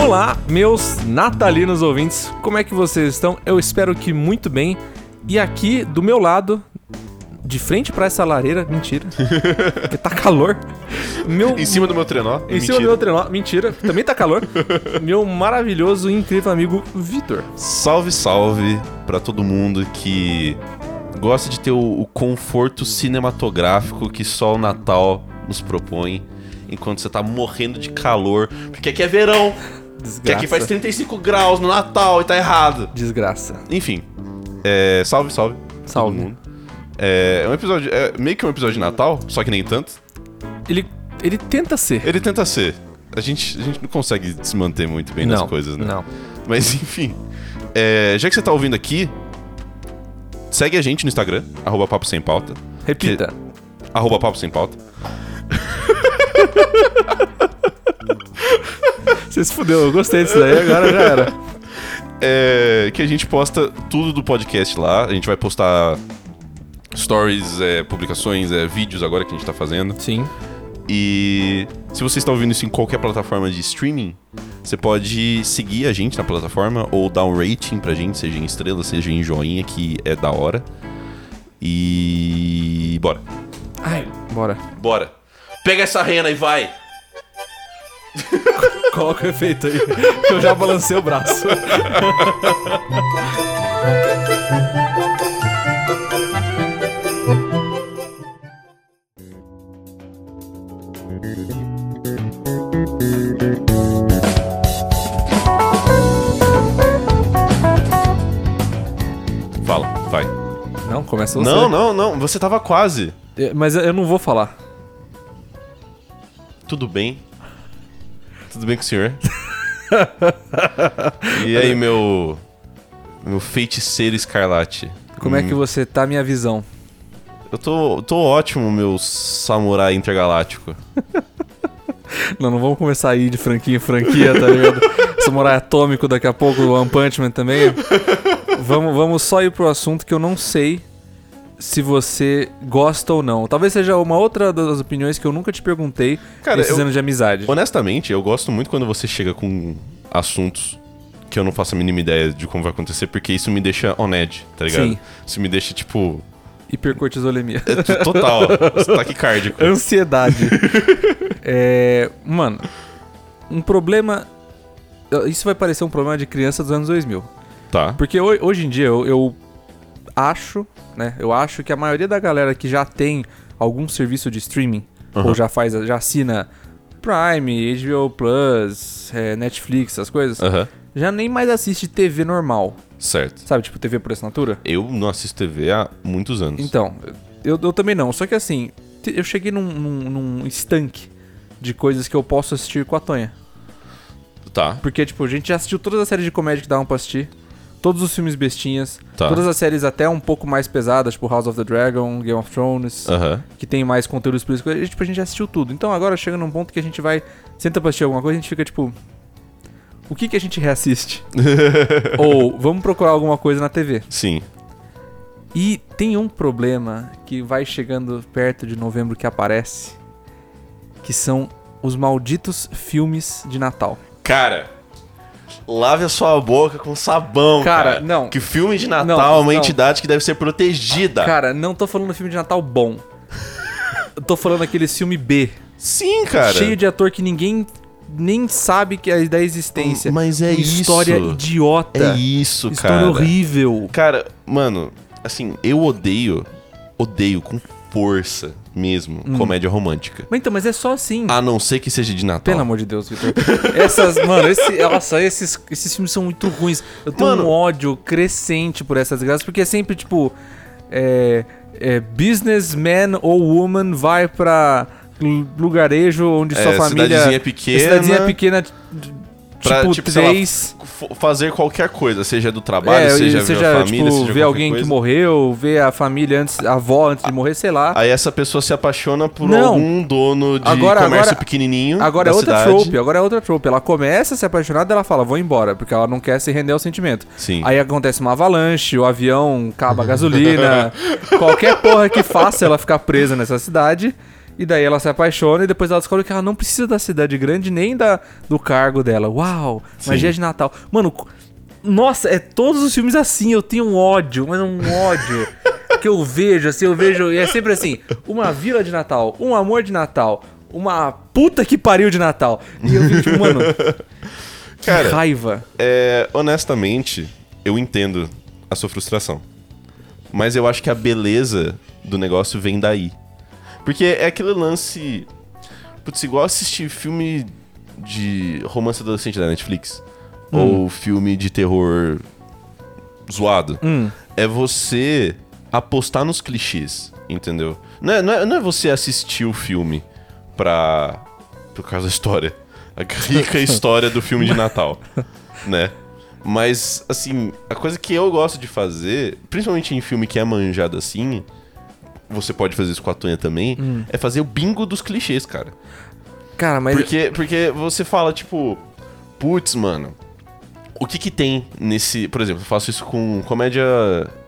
Olá, meus natalinos ouvintes, como é que vocês estão? Eu espero que muito bem. E aqui do meu lado, de frente pra essa lareira, mentira, porque tá calor. Meu, Em cima do meu trenó. em cima do meu trenó, mentira, também tá calor. meu maravilhoso e incrível amigo Vitor. Salve, salve pra todo mundo que gosta de ter o, o conforto cinematográfico que só o Natal nos propõe. Enquanto você tá morrendo de calor, porque aqui é verão, que Desgraça. aqui faz 35 graus no Natal e tá errado. Desgraça. Enfim, é, salve, salve. pra Salve. Todo mundo. É, é um episódio, é meio que um episódio de Natal, só que nem tanto. Ele, ele tenta ser. Ele tenta ser. A gente, a gente não consegue se manter muito bem nas coisas, né? Não. Mas enfim. é, já que você tá ouvindo aqui, segue a gente no Instagram, arroba papo sem pauta. Repita. Arroba papo sem pauta. Você se fudeu, eu gostei disso daí, agora já era. É, que a gente posta tudo do podcast lá. A gente vai postar stories, é, publicações, é, vídeos agora que a gente tá fazendo. Sim. E se você está ouvindo isso em qualquer plataforma de streaming, você pode seguir a gente na plataforma ou dar um rating pra gente, seja em estrela, seja em joinha, que é da hora. E bora. Ai, bora. Bora. Pega essa rena e vai. Coloca o efeito aí. que Eu já balancei o braço. Fala, vai. Não, começa você. Não, não, não. Você tava quase. É, Mas eu não vou falar. Tudo bem? Tudo bem com o senhor? e aí, meu. Meu feiticeiro escarlate. Hum, Como é que você tá, minha visão? Eu tô, tô ótimo, meu samurai intergaláctico. Não, não vamos começar aí de franquia em franquia, tá ligado? Samurai Atômico daqui a pouco, o One Punch Man também. Vamos, vamos só ir pro assunto que eu não sei se você gosta ou não. Talvez seja uma outra das opiniões que eu nunca te perguntei Cara, nesses eu- anos de amizade. Honestamente, eu gosto muito quando você chega com assuntos que eu não faço a mínima ideia de como vai acontecer, porque isso me deixa oned, tá ligado? Sim. Isso me deixa, tipo, Hipercortisolemia. é t- total, taquicárdico. Ansiedade. é, mano, um problema. Isso vai parecer um problema de criança dos anos 2000. Tá. Porque ho- hoje em dia eu, eu acho, né? Eu acho que a maioria da galera que já tem algum serviço de streaming, ou já faz, já assina Prime, HBO Plus, é, Netflix, essas coisas, Aham. já nem mais assiste TV normal. Certo. Sabe, tipo TV por assinatura? Eu não assisto TV há muitos anos. Então, eu, eu também não. Só que assim, te- eu cheguei num, num, num estanque de coisas que eu posso assistir com a Tonha. Tá. Porque, tipo, a gente já assistiu todas as séries de comédia que davam pra assistir. Todos os filmes bestinhas. Tá. Todas as séries até um pouco mais pesadas, tipo House of the Dragon, Game of Thrones. Aham. Que tem mais conteúdo explícito. E, tipo, a gente já assistiu tudo. Então agora chega num ponto que a gente vai... Senta pra assistir alguma coisa e a gente fica, tipo... O que que a gente reassiste? Ou vamos procurar alguma coisa na TV. Sim. E tem um problema que vai chegando perto de novembro que aparece. Que são os malditos filmes de Natal. Cara, lave a sua boca com sabão, Cara, cara. não. Que filme de Natal Não, é uma não. entidade que deve ser protegida. Cara, não tô falando filme de Natal bom. Eu tô falando aquele filme B. Sim, cara. Cheio de ator que ninguém nem sabe que é da existência. Mas é Uma isso. História idiota. É isso, História cara. horrível. Cara, mano, assim, eu odeio, odeio com força mesmo Hum. comédia romântica. Mas então, mas é só assim. A não ser que seja de Natal. Pelo amor de Deus, Vitor. Essas, mano, esse, nossa, esses, esses filmes são muito ruins. Eu tenho um Mano. ódio crescente por essas graças, porque é sempre tipo. É, é, businessman ou woman vai pra lu- lugarejo onde sua É, família. cidadezinha É, Cidadezinha pequena. pequena. t- Pra, tipo, tipo, sei lá, três. F- Fazer qualquer coisa, seja do trabalho, É, seja, seja, ver a família, tipo, seja ver qualquer alguém coisa. que morreu, ver a família antes, a avó antes de morrer, sei lá. Aí essa pessoa se apaixona por Não. algum dono de Agora- comércio agora- pequenininho. Agora é da outra cidade. trope, agora é outra trope. Ela começa a se apaixonar, daí ela fala, vou embora, porque ela não quer se render ao sentimento. Sim. Aí acontece uma avalanche, o avião acaba a gasolina, qualquer porra que faça ela ficar presa nessa cidade. E daí ela se apaixona e depois ela descobre que ela não precisa da cidade grande nem da, do cargo dela. Uau, magia de Natal. Mano, co- nossa, é todos os filmes assim, eu tenho um ódio, mas um ódio que eu vejo, assim, eu vejo, e é sempre assim, uma vila de Natal, um amor de Natal, uma puta que pariu de Natal. E eu fico tipo, mano, que Cara, raiva. É, honestamente, eu entendo a sua frustração. Mas eu acho que a beleza do negócio vem daí. Porque é aquele lance. Putz, igual assistir filme de romance adolescente da Netflix. Hum. Ou filme de terror zoado. É você apostar nos clichês, entendeu? Não é, não é- não é você assistir o filme pra. Por causa da história. A rica história do filme de Natal. Né? Mas, assim, a coisa que eu gosto de fazer, principalmente em filme que é manjado assim, você pode fazer isso com a Tonha também, é fazer o bingo dos clichês, cara. Cara, mas Porque, porque você fala, tipo, putz, mano, o que que tem nesse. Por exemplo, eu faço isso com comédia.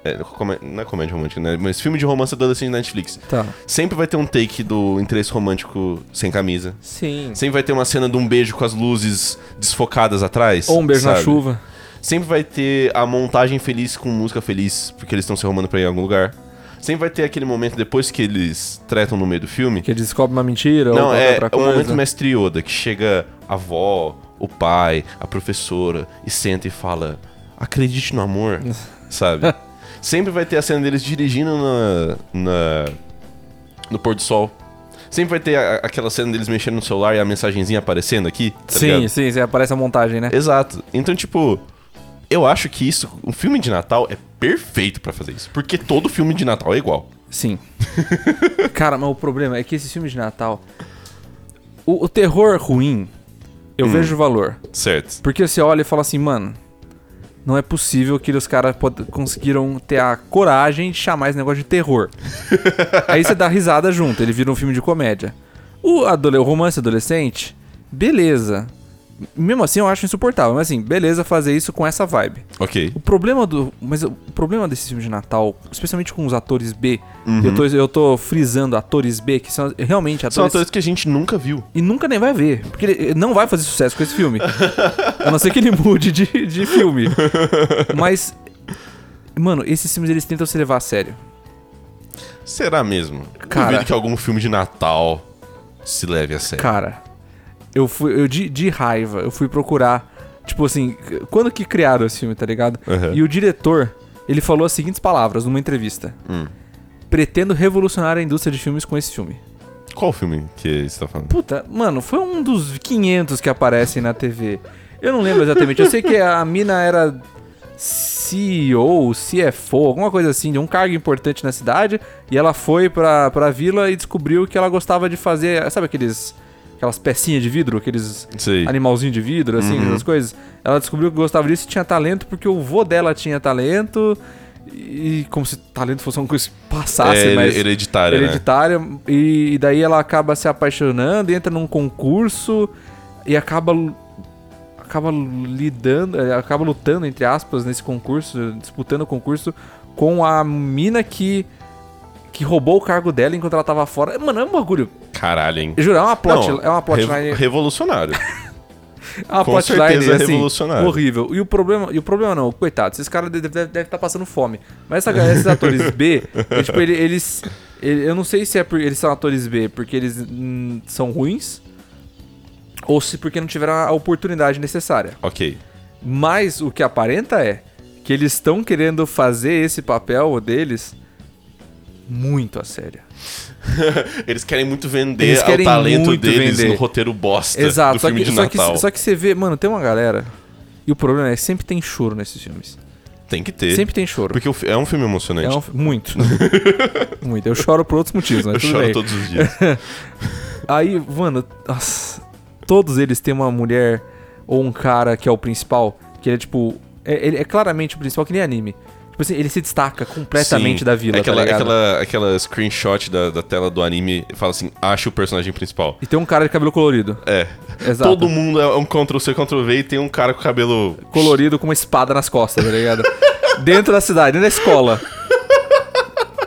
é, comé- não é comédia romântica, né? Mas filme de romance adolescente na Netflix. tá. Sempre vai ter um take do interesse romântico sem camisa. Sim. Sempre vai ter uma cena de um beijo com as luzes desfocadas atrás. Ou um beijo na sabe? chuva. Sempre vai ter a montagem feliz com música feliz, porque eles estão se arrumando pra ir em algum lugar. Sempre vai ter aquele momento depois que eles tretam no meio do filme. Que ele descobre uma mentira ou Não, qualquer é, outra o Então coisa. momento mestre Yoda, que chega a avó, o pai, a professora, e senta e fala: Acredite no amor, sabe? Sempre vai ter a cena deles dirigindo na, na- no pôr do sol. Sempre vai ter a- aquela cena deles mexendo no celular e a mensagenzinha aparecendo aqui. tá Sim, ligado? sim, sim, aparece a montagem, né? Exato. Então, tipo, eu acho que isso, um filme de Natal é perfeito pra fazer isso. Porque todo filme de Natal é igual. Sim. Cara, mas o problema é que esses filmes de Natal. O, o terror ruim, eu Hum. vejo valor. Certo. Porque você olha e fala assim, mano. Não é possível que os caras pod- conseguiram ter a coragem de chamar esse negócio de terror. Aí você dá risada junto, ele vira um filme de comédia. O, adole- o romance adolescente, beleza. Mesmo assim eu acho insuportável, mas assim, beleza fazer isso com essa vibe. Ok. O problema do. Mas o problema desse filme de Natal, especialmente com os atores B, eu, tô, eu tô frisando atores B, que são realmente atores. Uhum. São atores que a gente nunca viu. E nunca nem vai ver. Porque ele ele não vai fazer sucesso com esse filme. a não ser que ele mude de, de filme. Mas. Mano, esses filmes eles tentam se levar a sério. Será mesmo? Cara. Duvido que algum filme de Natal se leve a sério. Cara, eu fui. Eu de, de raiva, eu fui procurar. Tipo assim, quando que criaram esse filme, tá ligado? Uhum. E o diretor, ele falou as seguintes palavras numa entrevista. Hum. Pretendo revolucionar a indústria de filmes com esse filme. Qual o filme que você tá falando? Puta, mano, foi um dos 500 que aparecem na TV. Eu não lembro exatamente. Eu sei que a mina era CEO, CFO, alguma coisa assim, de um cargo importante na cidade. E ela foi pra, pra vila e descobriu que ela gostava de fazer. Sabe aqueles. Aquelas pecinhas de vidro, aqueles Sei. animalzinho de vidro, assim, essas coisas. Ela descobriu que gostava disso e tinha talento porque o vô dela tinha talento. E como se talento fosse uma coisa que passasse, é assim, mas hereditário, né? hereditária. E daí ela acaba se apaixonando, entra num concurso e acaba acaba lidando, eh, acaba lutando entre aspas nesse concurso, disputando o concurso com a mina que que roubou o cargo dela enquanto ela tava fora. Mano, é um bagulho. né? Caralho, hein? Juro, é uma plot, Não, é uma plotline, revo- Revolucionário. é uma com plotline certeza assim, revolucionária. horrível. E o problema, e o problema não, coitado, esses caras devem estar tá passando fome. Mas essa, galera, esses atores B, é, tipo, ele- eles, ele- eu não sei se é por eles são atores B porque eles hum, são ruins ou se porque não tiveram a oportunidade necessária. ok. Mas o que aparenta é que eles estão querendo fazer esse papel deles muito a sério. Eles querem muito vender Eles querem o talento muito deles vender. no roteiro bosta Exato, É, do só filme que, de só, que, Natal. só que você vê, mano, tem uma galera. E o problema é que sempre tem choro nesses filmes. Tem que ter. Sempre tem choro. Porque o fi- é um filme emocionante. É um- muito. muito. Eu choro por outros motivos, mas Eu tudo choro bem. todos os dias. Aí, mano, nossa, todos eles têm uma mulher ou um cara que é o principal, que ele é tipo. É, ele é claramente o principal, que nem anime. Tipo assim, ele se destaca completamente Sim, da vila, é aquela, tá ligado? aquela, aquela screenshot da, da tela do anime fala assim, acha o personagem principal. E tem um cara de cabelo colorido. É. Exato. Todo mundo é um Ctrl-C, Ctrl-V e tem um cara com cabelo... colorido com uma espada nas costas, tá ligado? dentro da cidade, dentro da escola.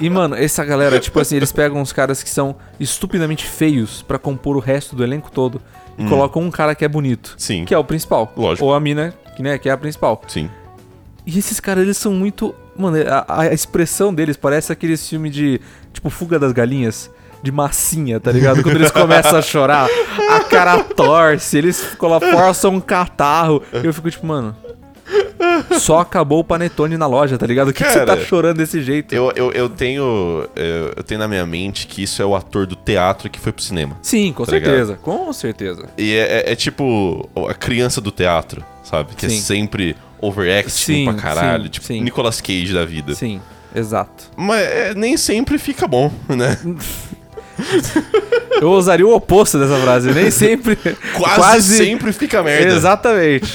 E E, mano, essa galera, tipo assim, eles pegam uns caras que são estupidamente feios pra compor o resto do elenco todo e colocam um cara que é bonito, Hum. Sim. que é o principal. Lógico. Ou a mina, que, né, que é a principal. Sim. E esses caras, eles são muito. Mano, a, a expressão deles parece aqueles filmes de. Tipo, Fuga das Galinhas. De massinha, tá ligado? Quando eles começam a chorar, a cara torce, eles colo- forçam um catarro. Eu fico tipo, mano. Só acabou o panetone na loja, tá ligado? Por que, que você Cara, tá chorando desse jeito? Eu, eu, eu tenho. Eu, eu tenho na minha mente que isso é o ator do teatro que foi pro cinema. Sim, com Tá certeza. Com certeza. E é, é- é tipo a criança do teatro, sabe? Que é Sim. sempre overacting Sim, pra caralho. sim, tipo sim. Nicolas Cage da vida. Sim, exato. Mas é, nem sempre fica bom, né? Eu usaria o oposto dessa frase. Nem sempre. Quase, sempre fica merda. Exatamente.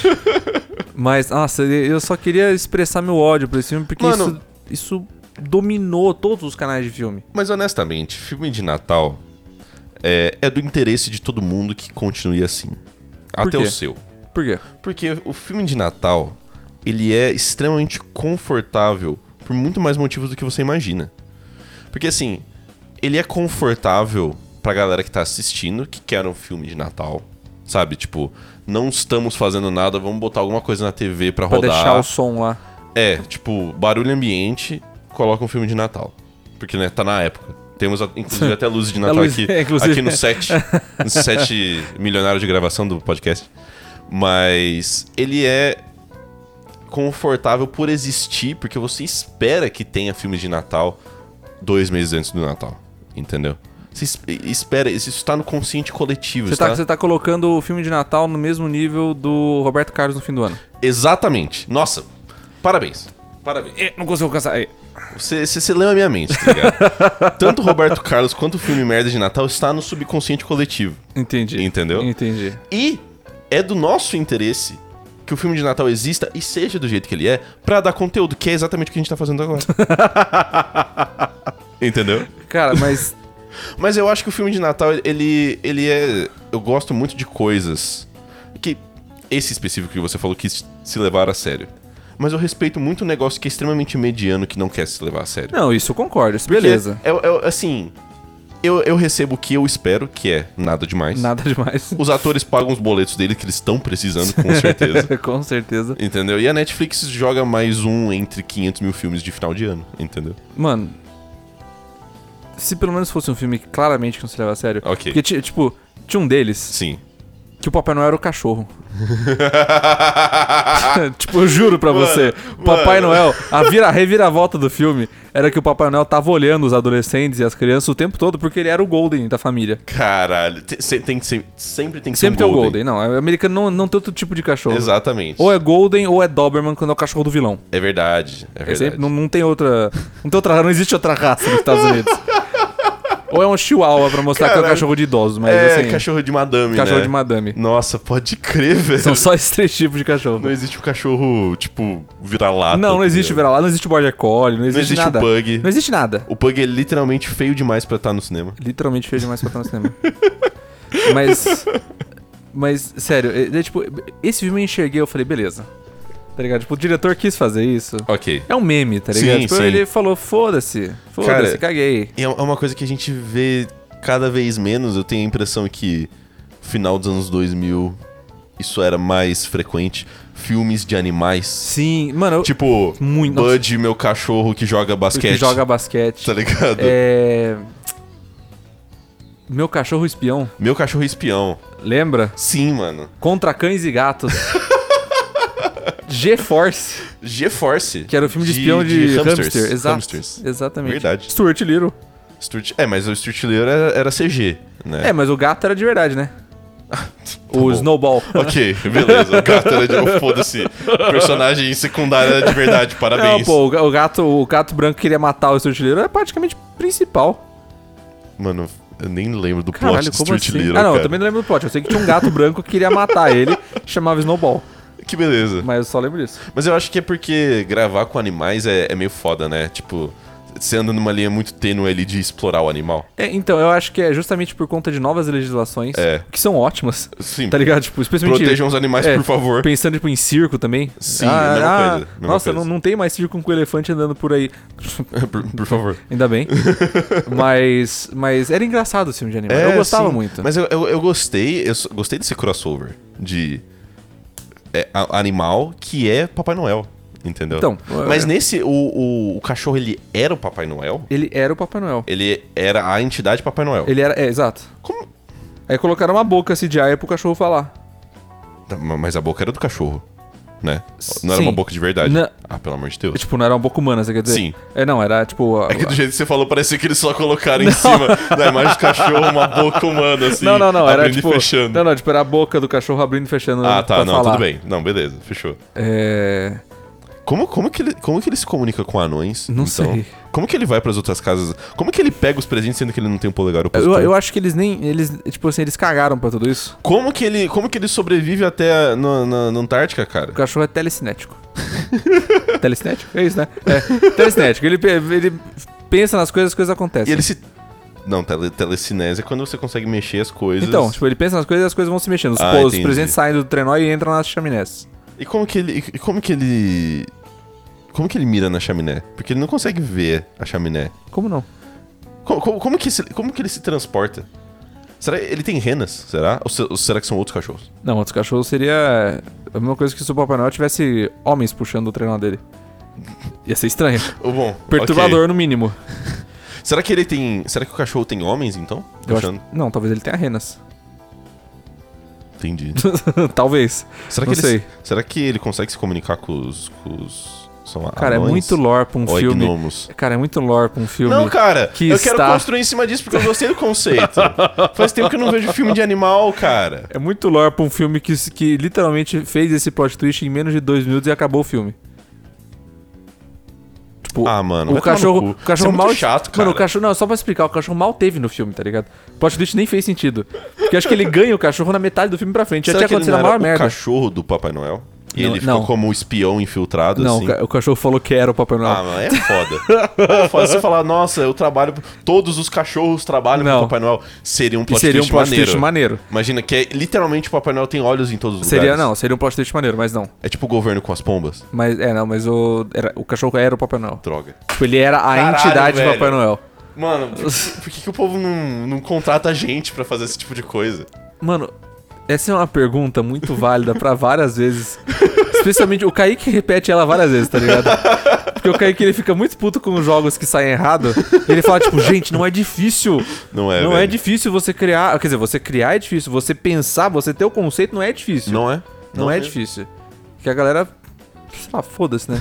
Mas, nossa, eu só queria expressar meu ódio por esse filme, porque Mano. isso, isso dominou todos os canais de filme. Mas honestamente, filme de Natal é, é do interesse de todo mundo que continue assim. Até quê? o seu. Por quê? Porque o filme de Natal, ele é extremamente confortável por muito mais motivos do que você imagina. Porque assim, ele é confortável pra galera que tá assistindo, que quer um filme de Natal. Sabe, tipo, não estamos fazendo nada, vamos botar alguma coisa na TV pra, Pra rodar. deixar o som lá. É, tipo, barulho ambiente, coloca um filme de Natal. Porque, né, tá na época. Temos, a- inclusive, até luz de Natal luz- aqui, é, inclusive. aqui no set. No set milionário de gravação do podcast. Mas ele é confortável por existir, porque você espera que tenha filmes de Natal dois meses antes do Natal. Entendeu? Você es- espera, isso tá no consciente coletivo. Você está- tá, você tá colocando o filme de Natal no mesmo nível do Roberto Carlos no fim do ano. Exatamente. Nossa, parabéns. Parabéns. eh, não consigo alcançar. Você, você, você leu a minha mente, tá ligado? Tanto Roberto Carlos quanto o filme Merda de Natal está no subconsciente coletivo. Entendi. Entendeu? Entendi. E é do nosso interesse que o filme de Natal exista e seja do jeito que ele é pra dar conteúdo, que é exatamente o que a gente tá fazendo agora. Entendeu? Cara, mas. Mas eu acho que o filme de Natal, ele, ele é. Eu gosto muito de coisas. Que. Esse específico que você falou quis se levar a sério. Mas eu respeito muito um negócio que é extremamente mediano que não quer se levar a sério. não, isso eu concordo. Isso Porque beleza. É, é- assim, eu, eu recebo o que eu espero, que é nada demais. Nada demais. Os atores pagam os boletos dele que eles estão precisando, com certeza. Com certeza. entendeu? E a Netflix joga mais um entre 500 mil filmes de final de ano, entendeu? Mano. Se pelo menos fosse um filme que claramente não se leva a sério. Ok. Porque, ti- tipo, tinha um deles Sim. que o Papai Noel era o cachorro. tipo, eu juro pra Mano, você. Papai mano. Noel, a, vira, a reviravolta do filme era que o Papai Noel tava olhando os adolescentes e as crianças o tempo todo porque ele era o Golden da família. Caralho. Te- se- tem que ser- sempre tem que Sempre ser tem um o Golden. Não, é, o americano não, não tem outro tipo de cachorro. Exatamente. Ou é Golden ou é Doberman quando é o cachorro do vilão. É verdade, é É verdade. sempre, não, não tem outra. Não tem outra Não existe outra raça nos Estados Unidos. ou é um Chihuahua pra mostrar que é um Caralho. cachorro de idosos, mas É, assim. cachorro de madame, Cachorro né? de madame. Nossa, pode crer, velho. São só esses três tipos de cachorro. Não existe o cachorro, tipo, vira-lata. Não, não existe entendeu? vira lá, não existe border collie, não existe, existe o nada. pug. Não existe nada. O Pug é literalmente feio demais pra estar no cinema. Literalmente feio demais pra estar no cinema. Mas. Mas, sério, é, é tipo, esse filme eu enxerguei, eu falei, beleza. Tá ligado? Tipo, o diretor quis fazer isso. Ok. É um meme, tá Sim, ligado? tipo, sim. ele falou, foda-se, Cara, foda-se, caguei. E é uma coisa que a gente vê cada vez menos. Eu tenho a impressão que final dos anos 2000 isso era mais frequente. Filmes de animais. Sim, mano, eu, Tipo, Muito. Bud, meu cachorro que joga basquete. que joga basquete. Tá ligado? É. Meu cachorro espião, Meu cachorro espião. lembra? Sim, mano. Contra cães e gatos. G-Force. GeForce. Que era o filme de, espião de, hamster. Exato. Hamsters. Exatamente. Verdade. Stuart Little. Stuart- É, mas o Stuart Little era, era CG, né? É, mas o gato era de verdade, né? o Tá bom. Snowball. Ok, beleza. O gato era de... oh, Foda-se. Personagem secundário era de É verdade, parabéns. Não, pô, o ga- o gato, o gato branco que queria matar o estrutileiro é praticamente principal. Mano, eu nem lembro do plot Caralho, de como Street assim? Little, ah, não, cara. eu também não lembro do plot. Eu sei que tinha um gato branco que queria matar ele, chamava Snowball. Que beleza. Mas eu só lembro disso. Mas eu acho que é porque gravar com animais é, é meio foda, né? Tipo, Você anda numa linha muito tênue ali de explorar o animal. É, então, eu acho que é justamente por conta de novas legislações, É. que são ótimas, Sim. tá ligado? Tipo, especialmente... Protejam os animais, é, por favor. Pensando, tipo, em circo também. Ah, Sim, mesma coisa, mesma nossa, coisa. Não, não tem mais circo com elefante andando por aí. por, por favor. Ainda bem. mas, mas era engraçado o filme de animal. eu É, gostava sim. muito. Mas eu, eu, eu gostei, eu so- gostei desse crossover de é, a- animal que é Papai Noel, entendeu? Então, mas é. nesse, o, o, o cachorro, ele era o Papai Noel? Ele era o Papai Noel. Ele era a entidade Papai Noel. Ele era... É, exato. Como- Aí colocaram uma boca CGI pro cachorro falar. Tá, ma- Mas a boca era do cachorro, né? Não era Sim. uma boca de verdade. Na- Ah, pelo amor de Deus. Tipo, não era uma boca humana, você quer dizer? Sim. É, não, era tipo... a- É que do jeito que você falou, parecia que eles só colocaram em cima da imagem do cachorro uma boca humana, assim. não, não, não, era abrindo e tipo... fechando. Não, não, tipo, era a boca do cachorro abrindo e fechando ah, tá, pra não, falar. tudo bem. Não, beleza, fechou. É... Como, como, que ele, como que ele se comunica com anões? então? Não sei. Como que ele vai pras outras casas? Como que ele pega os presentes sendo que ele não tem um polegar Eu, opositor? eu acho que eles nem. Eles, tipo assim, eles cagaram pra tudo isso. Como, que ele, como que ele sobrevive até a- na, na- na Antártica, cara? O cachorro é telecinético. telecinético? É isso, né? É, telecinético. Ele, pe- ele pensa nas coisas, as coisas acontecem. E ele se... Não, tele, telecinese é quando você consegue mexer as coisas. Então, tipo, ele pensa nas coisas e as coisas vão se mexendo. Os, Ah, pô- os entendi. presentes saem do trenó e entram nas chaminés. E como que ele... E como que ele... Como que ele mira na chaminé? Porque ele não consegue ver a chaminé. Como não? Como, como- como que, esse- como que ele se transporta? Será ele tem renas? Será? Ou, se- ou será que são outros cachorros? Não, outros cachorros seria a mesma coisa que se o Papai Noel tivesse homens puxando o trenó dele. Ia ser estranho. Ou bom, Perturbador, ok. no mínimo. Será que ele tem... Será que o cachorro tem homens, então? Eu acho- Puxando. Não, talvez ele tenha renas. Entendi. talvez. Será Não que, ele, sei. será que ele consegue se comunicar com os. Com os são Cara, é anões? muito lore pra um Ou é filme. gnomos? Cara, é muito lore pra um filme. Não, cara, que eu quero está- construir em cima disso porque eu gostei do conceito. Faz tempo que eu não vejo filme de animal, cara. É muito lore pra um filme que, que literalmente fez esse plot twist em menos de dois minutos e acabou o filme. Tipo, Ah, mano, o vai tomar no cachorro, cu. o cachorro Isso é mal. muito chato, cara. Mano, o cachorro. Não, só pra explicar, o cachorro mal teve no filme, tá ligado? O plot twist nem fez sentido. Porque eu acho que ele ganha o cachorro na metade do filme pra frente. Já tinha Será que ele acontecido a não era maior o merda. cachorro do Papai Noel? E Não, ele ficou não. como um espião infiltrado, Não, o assim? ca- o cachorro falou que era o Papai Noel. Ah, mano, é foda. É foda você falar, nossa, eu trabalho. Todos os cachorros trabalham Não. pro Papai Noel. Seria um que plot, seria um twist, plot maneiro. twist maneiro. Imagina que é, literalmente o Papai Noel tem olhos em todos os Seria, lugares. não, seria um plot twist maneiro, mas não. É tipo o governo com as pombas. Mas, é, não, mas o, era, o cachorro era o Papai Noel. Droga. Tipo, ele era a Caralho, entidade do velho. Papai Noel. Mano, por, por que, que o povo não, não contrata a gente pra fazer esse tipo de coisa? Mano, essa é uma pergunta muito válida pra várias vezes. Especialmente o Kaique repete ela várias vezes, tá ligado? Porque o Kaique ele fica muito puto com os jogos que saem errado. Ele fala, tipo, gente, não é difícil. Não é, Não velho. é difícil você criar. Quer dizer, você criar é difícil. Você pensar, você ter o conceito não é difícil. Não é? Não, é difícil. Porque a galera. Sei lá, foda-se, né?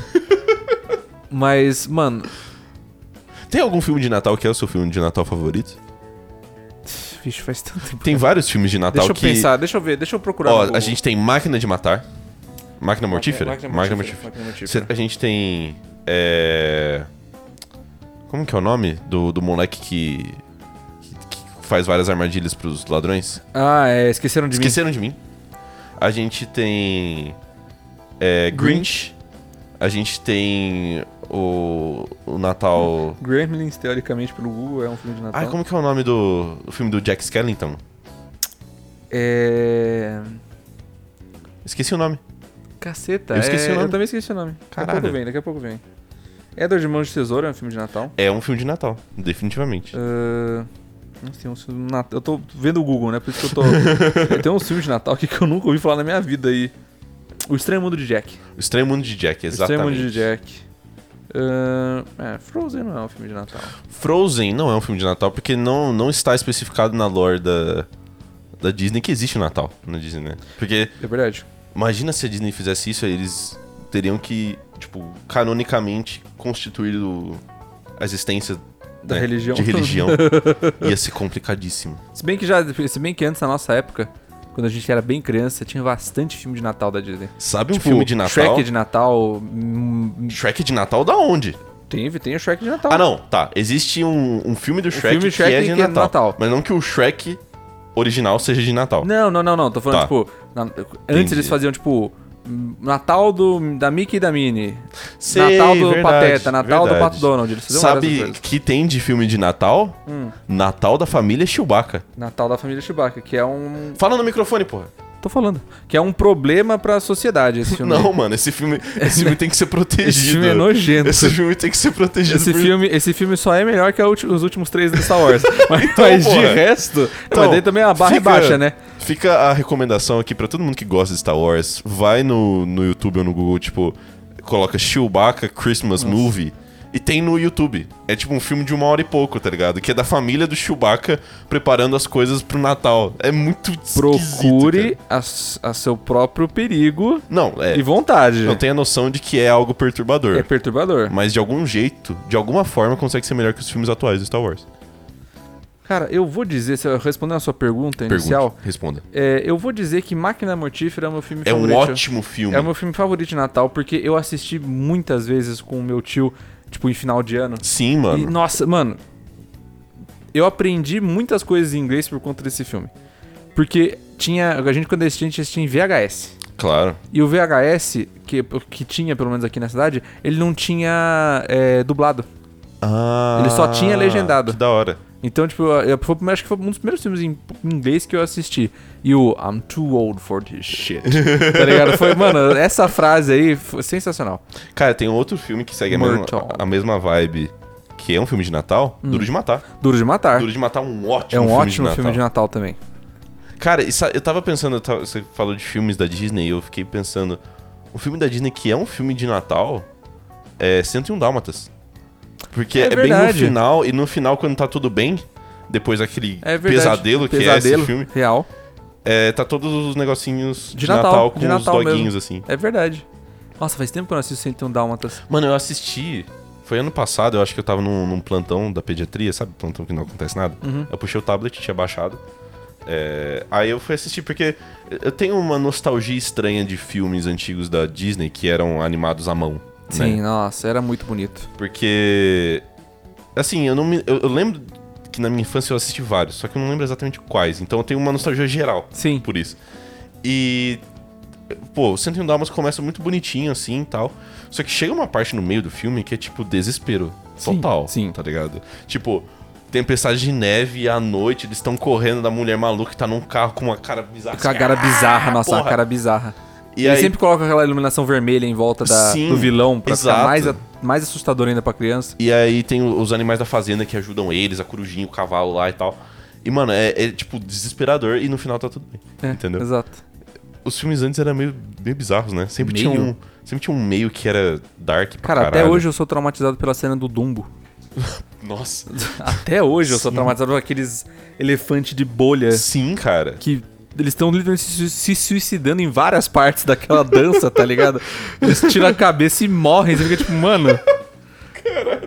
Mas, mano, Tem algum filme de Natal que é o seu filme de Natal favorito? vixe, faz tanto tempo. Tem vários filmes de Natal Deixa eu que. pensar, deixa eu ver, deixa eu procurar. Ó, no a Google. gente tem Máquina de Matar. Máquina Mortífera? Máquina Mortífera, Máquina Mortífera. Cê- A gente tem. É. Como que é o nome? Do, do moleque que. que faz várias armadilhas pros ladrões? Ah, é, esqueceram de mim. Esqueceram de mim. A gente tem. É, Grinch. A gente tem o, o Natal. Gremlins, teoricamente, pelo Google, é um filme de Natal. Ai, como que é o nome do o filme do Jack Skellington? É. Esqueci o nome. Caceta, Eu esqueci é- o nome. Eu também esqueci o nome. Daqui a Caralho. pouco vem, daqui a pouco vem. Edward de Mãos de Tesoura é um filme de Natal. É um filme de Natal, definitivamente. Ah, Não sei, um filme de Natal. Eu tô vendo o Google, né? Por isso que eu tô. Tem uns filmes de Natal aqui que eu nunca ouvi falar na minha vida aí. O Estranho Mundo de Jack. O Estranho Mundo de Jack, O Estranho exatamente. Mundo de Jack. Ah, é, Frozen não é um filme de Natal. Frozen não é um filme de Natal porque não, não está especificado na lore da, da Disney que existe o Natal na Disney, né? Porque É verdade. imagina se a Disney fizesse isso, eles teriam que, tipo, canonicamente constituir o- a existência Da né, religião. De religião. Ia ser complicadíssimo. Se bem que já. Se bem que antes, na nossa época, quando a gente era bem criança, tinha bastante filme de Natal da Disney. Sabe um filme de Natal? Tipo, Shrek de Natal. hum, Shrek de Natal da onde? Tem, tem o Shrek de Natal. Ah, não, tá. Existe um, um filme do Shrek, filme que Shrek é de que é Natal, Natal. Mas não que o Shrek original seja de Natal. Não, não, não, não. Tô falando, Tá. tipo. na- antes Entendi. eles faziam, tipo. Natal do, da Mickey e da Minnie. Sei, Natal do verdade, Pateta, Natal do verdade. Pato Donald. Eles fizeram várias Sabe coisas. que tem de filme de Natal? Hum. Natal da família Chewbacca. Natal da família Chewbacca, que é um. Fala no microfone, porra. Tô falando. Que é um problema pra sociedade esse filme. Não, mano, esse filme, esse filme tem que ser protegido. Esse filme é nojento. Esse filme é tem que ser protegido. Esse por- filme, esse filme só é melhor que a ulti- os últimos três do Star Wars. Mas, Então, mas de porra. resto. Então, mas daí também a barra é fica- baixa, né? Fica a recomendação aqui pra todo mundo que gosta de Star Wars. Vai no, no YouTube ou no Google, tipo, coloca Chewbacca Christmas Movie. E tem no YouTube. É tipo um filme de uma hora e pouco, tá ligado? Que é da família do Chewbacca preparando as coisas pro Natal. É muito esquisito, Procure cara. a, s- a seu próprio perigo Não, é. e vontade. Não tem a noção de que é algo perturbador. É perturbador. Mas de algum jeito, de alguma forma, consegue ser melhor que os filmes atuais do Star Wars. Cara, eu vou dizer, se eu respondendo a sua pergunta inicial, Pergunte, responda. é, eu vou dizer que Máquina Mortífera é o meu filme É um favorito. ótimo filme. É o meu filme favorito de Natal, porque eu assisti muitas vezes com o meu tio, tipo, em final de ano. Sim, E, mano. nossa, mano. Eu aprendi muitas coisas em inglês por conta desse filme. Porque tinha. A gente, quando assistia, a gente assistia em VHS. Claro. E o VHS, que, que tinha, pelo menos aqui na cidade, ele não tinha é, dublado. Ah, Ele só tinha legendado. Que da hora. Então, tipo, eu, eu- foi, acho que foi um dos primeiros filmes em em inglês que eu assisti. E o I'm too old for this shit. tá ligado? Foi, mano, essa frase aí foi sensacional. Cara, tem outro filme que segue a mesma, Mortal. a mesma vibe, que é um filme de Natal, Duro de Matar. Duro de Matar. Duro de Matar é um É ótimo um filme ótimo de filme de Natal. Natal também. Cara, e sa- eu tava pensando, eu tava- você falou de filmes da Disney, eu fiquei pensando, o filme da Disney que é um filme de Natal é 101 Dálmatas. Porque É é, bem no verdade. final, e no final, quando tá tudo bem, depois daquele É verdade. pesadelo que é Pesadelo esse filme, Real. é, tá todos os negocinhos de, De Natal, Natal, com de os Natal mesmo. doguinhos, assim. É verdade. Nossa, faz tempo que eu não assisto 101 Dálmatas. Mano, eu assisti. Foi ano passado, eu acho que eu tava num, num plantão da pediatria, sabe? Plantão que não acontece nada. Eu puxei o tablet, tinha baixado. É, aí eu fui assistir, porque eu tenho uma nostalgia estranha de filmes antigos da Disney que eram animados à mão. Sim, Né? nossa, era muito bonito. Porque. Assim, eu não me. Eu, eu lembro que na minha infância eu assisti vários, só que eu não lembro exatamente quais. Então eu tenho uma nostalgia geral Sim. por isso. E. Pô, o 101 Dalmas começa muito bonitinho assim e tal. Só que chega uma parte no meio do filme que é tipo desespero Sim, total. sim. Tá ligado? Tipo, tempestade de neve à noite, eles estão correndo da mulher maluca que tá num carro com uma cara bizarra. Com a cara Ah, bizarra, nossa, uma porra. cara bizarra. E Ele aí, sempre coloca aquela iluminação vermelha em volta da- Sim, do vilão pra ficar exato. mais, a- mais assustador ainda pra criança. e aí tem o- os animais da fazenda que ajudam eles, a corujinha, o cavalo lá e tal. E, mano, é, é, tipo desesperador e no final tá tudo bem. É, entendeu? Exato. Os filmes antes eram meio, meio bizarros, né? Sempre tinha, Meio? um, sempre tinha um meio que era dark pra Cara, até caralho. hoje eu sou traumatizado pela cena do Dumbo. Nossa. Até hoje eu sou Sim. traumatizado por aqueles elefantes de bolha Sim, cara. que eles estão literalmente se sui- se suicidando em várias partes daquela dança, tá ligado? Eles tiram a cabeça e morrem. Você fica tipo, mano.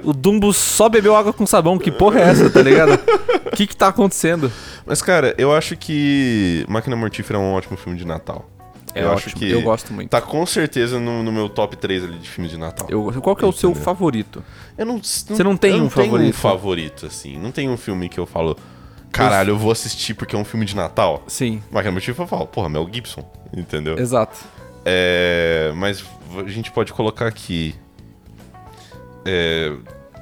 O Dumbo só bebeu água com sabão. Que porra é essa, tá ligado? O que que tá acontecendo? Mas, cara, eu acho que Máquina Mortífera é um ótimo filme de Natal. É eu ótimo, eu gosto muito. Tá com certeza no, no meu top 3 ali de filmes de Natal. Eu, Eu- qual que é o seu Entendeu? favorito? não, Você não tem eu um favorito? um favorito, assim. Não tem um filme que eu falo, caralho, eu vou assistir porque é um filme de Natal. Sim, Máquina Mortífera eu falo, porra, Mel Gibson, entendeu? exato. É, mas v- a gente pode colocar aqui. É,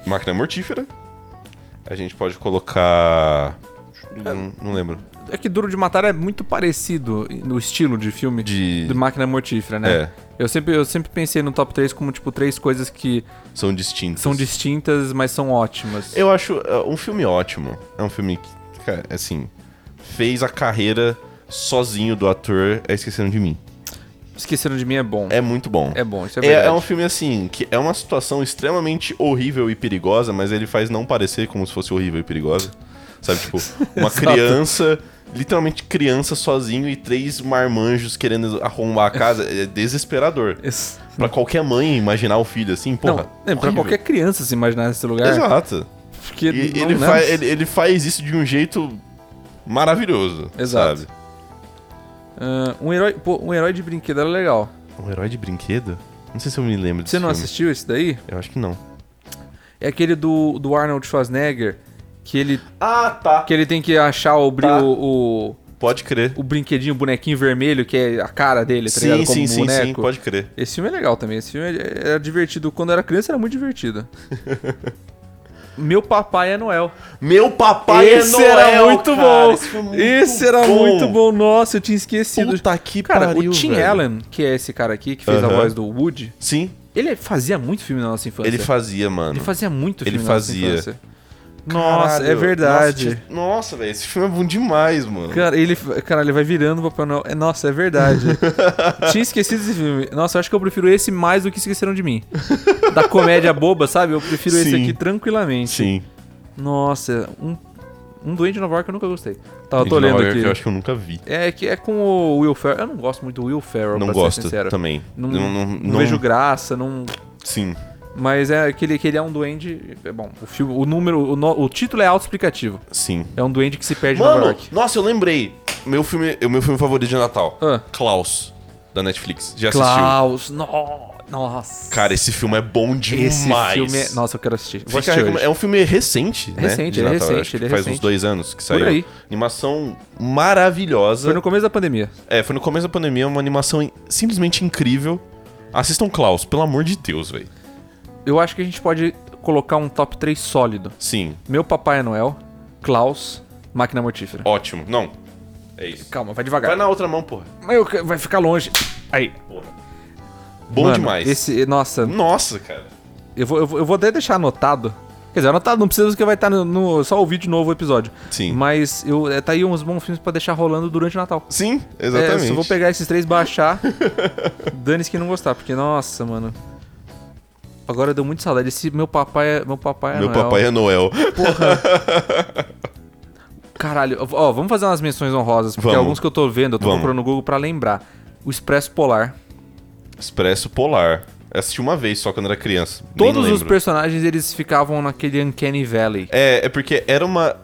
máquina Mortífera. A gente pode colocar. Não, não lembro. É que Duro de Matar é muito parecido no estilo de filme De- de Máquina Mortífera, né? É. Eu, sempre, eu sempre pensei no top 3 como, tipo, três coisas que São distintos. são distintas, mas são ótimas. Eu acho uh, um filme ótimo. É um filme que, cara, assim, fez a carreira sozinho do ator é Esquecendo de Mim. Esqueceram de mim é bom. É muito bom. É bom, isso é É, verdade. é um filme assim, que é uma situação extremamente horrível e perigosa, mas ele faz não parecer como se fosse horrível e perigosa. Sabe, tipo, uma Exato. criança, literalmente criança sozinho e três marmanjos querendo arrombar a casa. É desesperador. Esse- Pra qualquer mãe imaginar o filho assim, porra. não, é, pra horrível. qualquer criança se imaginar nesse lugar. Exato. Porque E não, ele, né? faz, ele, ele faz isso de um jeito maravilhoso. Exato. Sabe? Ah, um, herói, pô, um herói de brinquedo era legal. Um herói de brinquedo? Não sei se eu me lembro Você desse não filme. assistiu esse daí? Eu acho que não. É aquele do, do Arnold Schwarzenegger, que ele, Ah, tá. que ele tem que achar o, bri- Tá. o, o- Pode crer. o brinquedinho, o bonequinho vermelho, que é a cara dele, tá Sim, ligado? Como sim, um sim, boneco. sim, pode crer. Esse filme é legal também. Esse filme é- era divertido. Quando eu era criança, era muito divertido. Meu papai é Noel. Meu papai esse é Noel, era muito cara, bom. Esse, Esse, foi muito era muito bom. Nossa, eu tinha esquecido. Puta que cara, pariu, o Tim velho. Allen, que é esse cara aqui que fez a Aham. voz do Woody, Sim, ele fazia muito filme na nossa infância. ele fazia, mano. Ele fazia muito Ele filme fazia. na nossa infância. Nossa, é Caralho, verdade. Nossa, tinha- Nossa, velho, esse filme é bom demais, mano. Cara, ele, cara, ele vai virando o Papai Noel. É, Nossa, é verdade. Tinha esquecido esse filme. Nossa, eu acho que eu prefiro esse mais do que Esqueceram de Mim. Da comédia boba, sabe? Eu prefiro esse Sim. aqui tranquilamente. Sim. Nossa, um, um Duende de Nova York eu nunca gostei. Tá, eu tô Ignora, lendo que aqui. Eu acho que eu nunca vi. É que é com o Will Ferrell. Eu não gosto muito do Will Ferrell, Não pra ser gosto sincero. também. Não, não, não vejo graça, não... Sim. Mas é que ele, que ele é um duende... é Bom, o filme, o número, o, no- o título é autoexplicativo. Sim. É um duende que se perde em Nova Mano, York. nossa, eu lembrei. Meu filme, o meu filme favorito de Natal. Ah. Klaus, da Netflix. Já assistiu? Klaus, no- nossa. Cara, esse filme é bom demais. Esse filme é... Nossa, eu quero assistir. Vou Fica assistir recome- hoje. É um filme recente, né? Recente, de ele é Natal, recente, acho que ele é Faz uns recente. dois anos que saiu. aí. Animação maravilhosa. Foi no começo da pandemia. É, foi no começo da pandemia, uma animação in- simplesmente incrível. Assistam Klaus, pelo amor de Deus, velho. Eu acho que a gente pode colocar um top 3 sólido. Sim, Meu Papai é Noel, Klaus, Máquina Mortífera. ótimo. Não, é isso. Calma, vai Vai devagar. na outra mão, porra. Mas eu que- vai ficar longe. Aí. Bom Mano, demais. Esse, nossa, Nossa, cara. eu vou, eu, vou, eu vou até deixar anotado. Quer dizer, anotado não precisa porque vai estar no, no- só ouvir de novo o episódio. Sim. Mas eu, é, tá aí uns bons filmes pra deixar rolando durante o Natal. Sim, É, eu exatamente. só vou pegar esses três, baixar. Dane-se que não gostar, porque nossa, mano. Agora deu muito saudade. Esse meu papai é. Meu papai é. Meu Noel. papai é Noel. Caralho, ó, vamos fazer umas menções honrosas, porque Vamos. alguns que eu tô vendo, eu tô Vamos. procurando no Google pra lembrar. O Expresso Polar. Expresso Polar. Assisti uma vez só quando era criança. nem Todos os lembro. personagens, eles ficavam naquele Uncanny Valley. É, é porque era uma.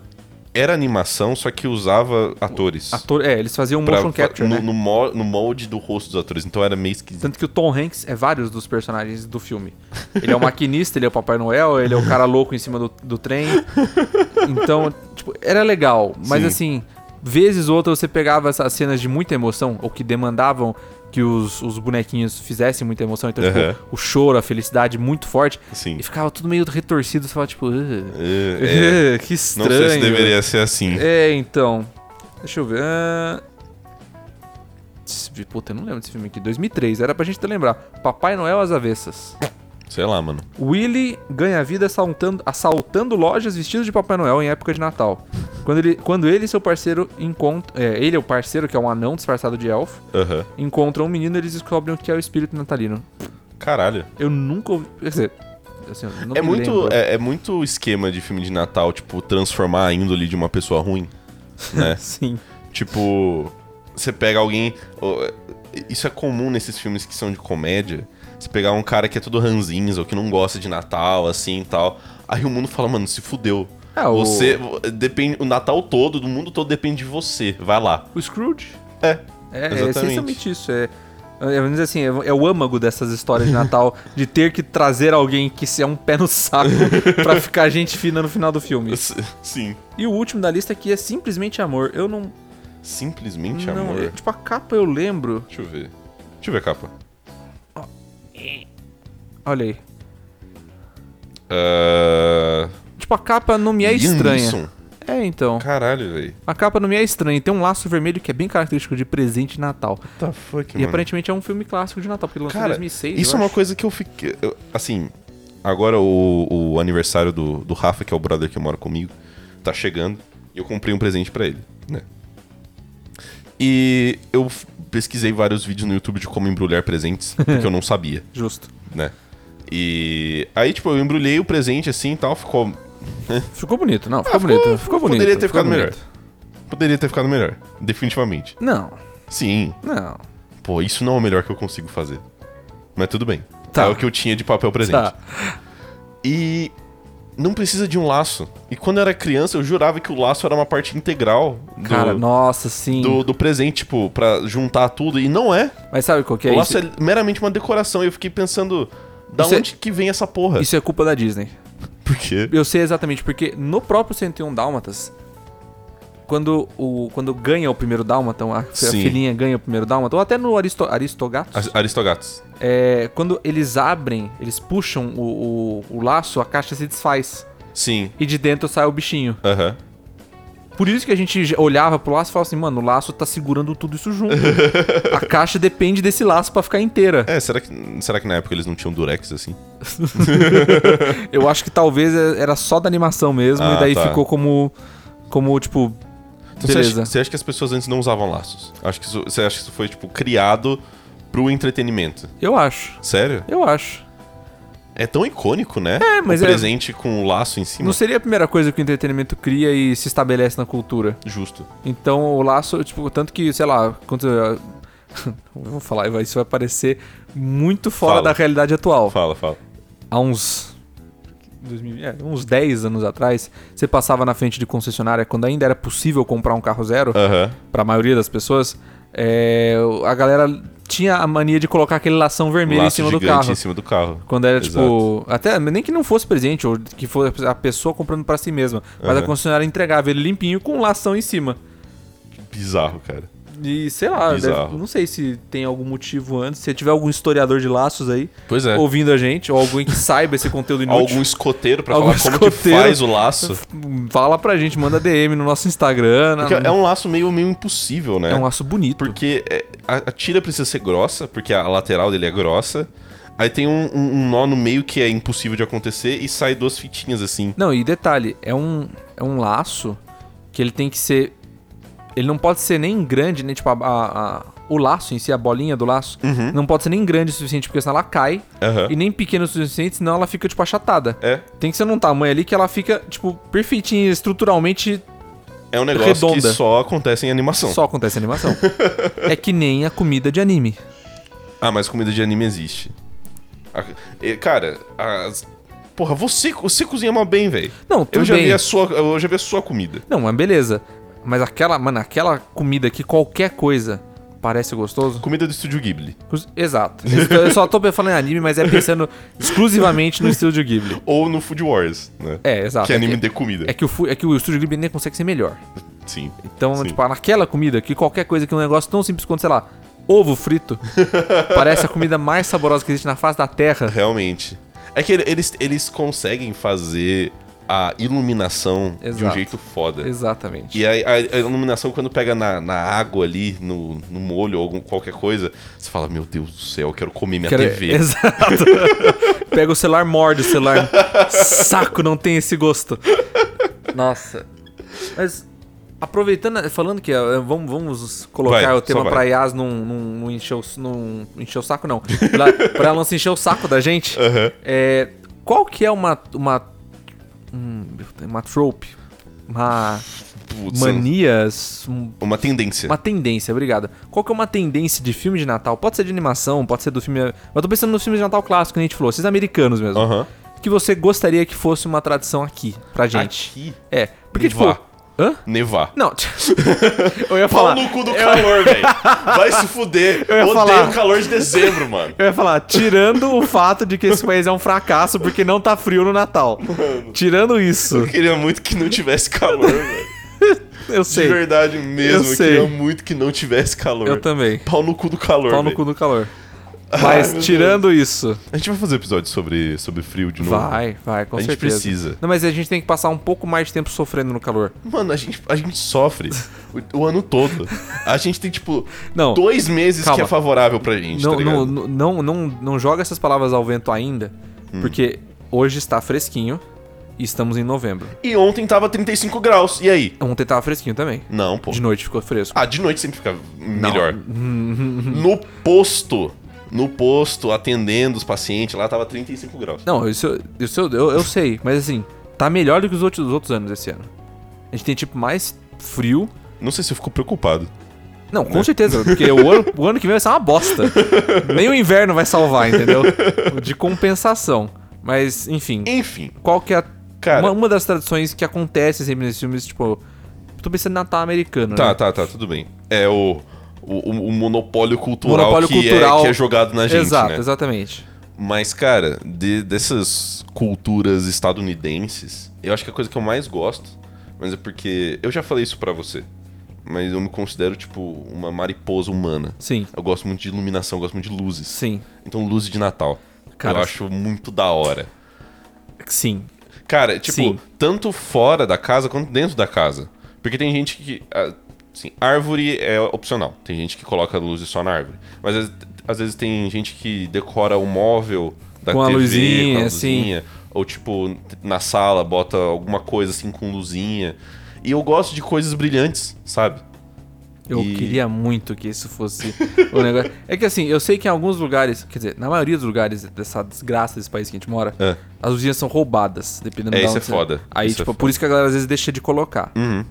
Era animação, só que usava atores. Ator, é, eles faziam Pra- motion capture, no, né? no mo- no molde do rosto dos atores, então era meio esquisito. Tanto que o Tom Hanks é vários dos personagens do filme. Ele é o maquinista, ele é o Papai Noel, ele é o cara louco em cima do, do trem. Então, tipo, era legal. Mas Sim. assim, vezes ou outra você pegava essas cenas de muita emoção, ou que demandavam que os, os bonequinhos fizessem muita emoção. Então, Aham. tipo, o choro, a felicidade muito forte. Sim. E ficava tudo meio retorcido. Você falava, tipo, "Ugh, assim. É, é, ugh, que não estranho. sei se deveria ser assim. É, então. Deixa eu ver. ah, esse fi- Puta, eu não lembro desse filme aqui. 2003, era pra gente até lembrar. Papai Noel às avessas. Sei lá, mano. Willy ganha vida assaltando, assaltando lojas vestido de Papai Noel em época de Natal. Quando ele, quando ele e seu parceiro encontram. É, ele é o parceiro, que é um anão disfarçado de elfo, Aham. encontram um menino e eles descobrem o que é o espírito natalino. Caralho. Eu nunca ouvi. Quer dizer, assim, eu não É me muito, lembro. é, é muito esquema de filme de Natal, tipo, transformar a índole de uma pessoa ruim, né? Sim. tipo, você pega alguém... ó, Isso é comum nesses filmes que são de comédia. Você pegar um cara que é todo ranzinza, ou que não gosta de Natal, assim e tal. Aí o mundo fala, mano, se fudeu. Ah, o- Você... Depende, o Natal todo, do mundo todo, depende de você. Vai lá. O Scrooge. É. É, é Exatamente. essencialmente isso. É, é, vamos dizer assim, é, é o âmago dessas histórias de Natal, de ter que trazer alguém que se é um pé no saco pra ficar gente fina no final do filme. S- Sim. E o último da lista aqui é simplesmente amor. Eu não. Simplesmente não amor. é, tipo, a capa eu lembro. Deixa eu ver. Deixa eu ver a capa. Olha aí. Ah, Tipo, a capa não me é Liam estranha. Neeson. É, então. Caralho, velho. A capa não me é estranha. e Tem um laço vermelho que é bem característico de presente de Natal. What the fuck, E aparentemente é um filme clássico de Natal, porque ele lançou em Cara, 2006. isso eu é uma acho. coisa que eu fiquei... eu- Assim, agora o, o aniversário do, do Rafa, que é o brother que mora comigo, tá chegando. E eu comprei um presente pra ele, né? E eu f- pesquisei vários vídeos no YouTube de como embrulhar presentes, porque eu não sabia. Justo. né? E aí, tipo, eu embrulhei o presente assim e tal, ficou. Ficou bonito, não. Ficou bonito. Ficou, bonito. Ah, Poderia ter ficou ficado melhor. bonito. Poderia ter ficado melhor. Definitivamente. Não, Sim. não. Pô, isso não é o melhor que eu consigo fazer. Mas tudo bem. Tá. É o que eu tinha de papel presente. Tá. E não precisa de um laço. E quando eu era criança, eu jurava que o laço era uma parte integral do, Cara, nossa, sim. do, do presente, tipo, pra juntar tudo. E não é. Mas sabe qual que é o isso? laço é meramente uma decoração. E eu fiquei pensando, da Isso é- onde que vem essa porra? Isso é culpa da Disney. Por quê? Eu sei exatamente, porque no próprio 101 Dálmatas, um Quando, o, quando ganha o primeiro Dálmata, a, a Sim. filhinha ganha o primeiro Dálmata, ou até no Aristo, Aristogatos, Ar- Aristogatos. é, quando eles abrem, eles puxam o, o, o laço, a caixa se desfaz. Sim. E de dentro sai o bichinho. Aham. Por isso que a gente olhava pro laço e falava assim, mano, o laço tá segurando tudo isso junto. a caixa depende desse laço pra ficar inteira. É, será que, será que na época eles não tinham durex assim? Eu acho que talvez é- era só da animação mesmo, Ah, e daí tá. ficou como. Como, tipo. Então, você, Beleza. acha, você acha que as pessoas antes não usavam laços? Acho que isso, você acha que isso foi, tipo, criado pro entretenimento? Eu acho. Sério? Eu acho. É tão icônico, né? É, mas o é- presente com o laço em cima. Não seria a primeira coisa que o entretenimento cria e se estabelece na cultura. Justo. Então o laço, tipo, tanto que, sei lá, quando. eu Vou falar, vai- isso vai parecer muito fora Fala. da realidade atual. Fala, fala. Há uns. 2000, é, uns 10 anos atrás, você passava na frente de concessionária quando ainda era possível comprar um carro zero. Aham. pra maioria das pessoas, é, a galera tinha a mania de colocar aquele lação vermelho em Laço cima do gigante carro. em cima do carro. Quando era Exato. tipo. Até nem que não fosse presente, ou que fosse a pessoa comprando pra si mesma. Mas a Aham. concessionária entregava ele limpinho com um lação em cima. Bizarro, cara. E sei lá, deve- Bizarro. não sei se tem algum motivo antes. Se tiver algum historiador de laços aí Pois é. ouvindo a gente, ou alguém que saiba esse conteúdo inútil, Algum escoteiro pra Algum falar como que escoteiro. faz o laço. fala pra gente, manda DM no nosso Instagram. Porque na- é um laço meio, meio impossível, né? é um laço bonito. Porque é, a, a tira precisa ser grossa, porque a lateral dele é grossa. Aí tem um, um- um nó no meio que é impossível de acontecer e sai duas fitinhas assim. Não, e detalhe, é um, é um laço que ele tem que ser. Ele não pode ser nem grande, nem tipo a, a- a- o laço em si, a bolinha do laço, não pode ser nem grande o suficiente, porque senão ela cai, Aham. e nem pequeno o suficiente, senão ela fica, tipo, achatada. É. Tem que ser num tamanho ali que ela fica, tipo, perfeitinha, estruturalmente É um negócio Redonda. que só acontece em animação. só acontece animação. é que nem a comida de anime. Ah, mas comida de anime existe. A- e, cara, as- Porra, você, você cozinha mal bem, velho. Não, tudo Eu já bem. vi a sua, eu já vi a sua comida. Não, mas beleza. Mas aquela, mano, aquela comida que qualquer coisa parece gostoso. Comida do estúdio Ghibli. Cus- Exato. Eu só- Eu só tô falando em anime, mas é pensando exclusivamente no Estúdio Ghibli. Ou no Food Wars, né? É, exato. que é anime é, de comida. que, é que o, fu- é que o Estúdio Ghibli nem consegue ser melhor. Sim. Então, Sim. tipo, naquela comida, que qualquer coisa que é um negócio tão simples quanto, sei lá, ovo frito, parece a comida mais saborosa que existe na face da Terra. Realmente. É que ele- eles, eles conseguem fazer a iluminação de um Exato. jeito foda. Exatamente. E a, a- a iluminação, quando pega na, na água ali, no, no molho ou algum, qualquer coisa, você fala: Meu Deus do céu, eu quero comer minha Quero- TV. Exato. Pega o celular, morde o celular. Saco, não tem esse gosto. Nossa. Mas, aproveitando, falando que eh, vamos, vamos colocar Vai, o tema só vai. pra Yas não, não, não encher o, não encher o saco, não. Pra, pra ela não se encher o saco da gente. Aham. É, qual que é uma... uma um, uma trope? Uma Putz, é mania? um- Uma tendência. uma tendência, obrigado. Qual que é uma tendência de filme de Natal? Pode ser de animação, pode ser do filme. Mas eu tô pensando nos filmes de Natal clássicos que a gente falou, esses americanos mesmo. Aham. Que você gostaria que fosse uma tradição aqui, pra gente. Aqui. É. Porque, tipo. Vá. Hã? Nevar. Não. eu ia Pau falar. no cu do calor, velho. Vai se fuder. Eu ia Odeio falar. o calor de dezembro, mano. Eu ia falar, tirando o fato de que esse país é um fracasso porque não tá frio no Natal. Tirando isso, Eu queria muito que não tivesse calor, velho. eu De sei. verdade mesmo, Eu eu, sei. queria muito que não tivesse calor. Eu também. Pau no cu do calor. Pau no velho. cu do calor. meu Mas Deus. tirando isso, A gente vai fazer episódio sobre, sobre frio de novo. vai, vai, com A gente certeza. precisa. Não, mas a gente tem que passar um pouco mais de tempo sofrendo no calor. Mano, a gente, a gente sofre o, o ano todo. A gente tem, tipo, Não. dois meses Calma. que é favorável pra gente, não, tá ligado? Hum. não, não, não, não, não joga essas palavras ao vento ainda, porque hoje está fresquinho e estamos em novembro. E ontem tava 35 graus. E aí? Ontem estava fresquinho também. Não, pô. De noite ficou fresco. Ah, de noite sempre fica melhor. No posto. No posto, atendendo os pacientes, lá tava 35 graus. Não, isso, eu- isso eu, eu, eu sei, mas assim, tá melhor do que os outros, os outros anos esse ano. A gente tem tipo mais frio. Não sei se eu fico preocupado. Não, Né? com certeza, porque o ano, o ano que vem vai ser uma bosta. Nem o inverno vai salvar, entendeu? De compensação. Mas, enfim. Enfim, qual que é a, Cara- uma, uma das tradições que acontece sempre nesses filmes, tipo, tô pensando em Natal americano, tá, né? tá, tá, tudo bem. É o, o, o monopólio cultural, Monopólio que, cultural. É, que é jogado na gente, Exato, né? exatamente. Mas, cara, de- dessas culturas estadunidenses, eu acho que a coisa que eu mais gosto Mas é porque. Eu já falei isso pra você. Mas eu me considero, tipo, uma mariposa humana. Sim, Eu gosto muito de iluminação, eu gosto muito de luzes. sim, Então, luzes de Natal. Cara, eu acho muito da hora. sim. Cara, tipo, Sim. tanto fora da casa quanto dentro da casa. Porque tem gente que. ah, Assim, árvore é opcional. Tem gente que coloca luzes só na árvore. Mas às, às vezes tem gente que decora o móvel da Com a TV, luzinha, com a sim. luzinha. Ou, tipo, na sala bota alguma coisa assim com luzinha. E eu gosto de coisas brilhantes, sabe? Eu E- queria muito que isso fosse o negócio. É que assim, eu sei que em alguns lugares, quer dizer, na maioria dos lugares dessa desgraça desse país que a gente mora, É. as luzinhas são roubadas, dependendo É, da isso onde é você- foda. Aí, Isso é tipo, foda. por isso que a galera às vezes deixa de colocar. Uhum.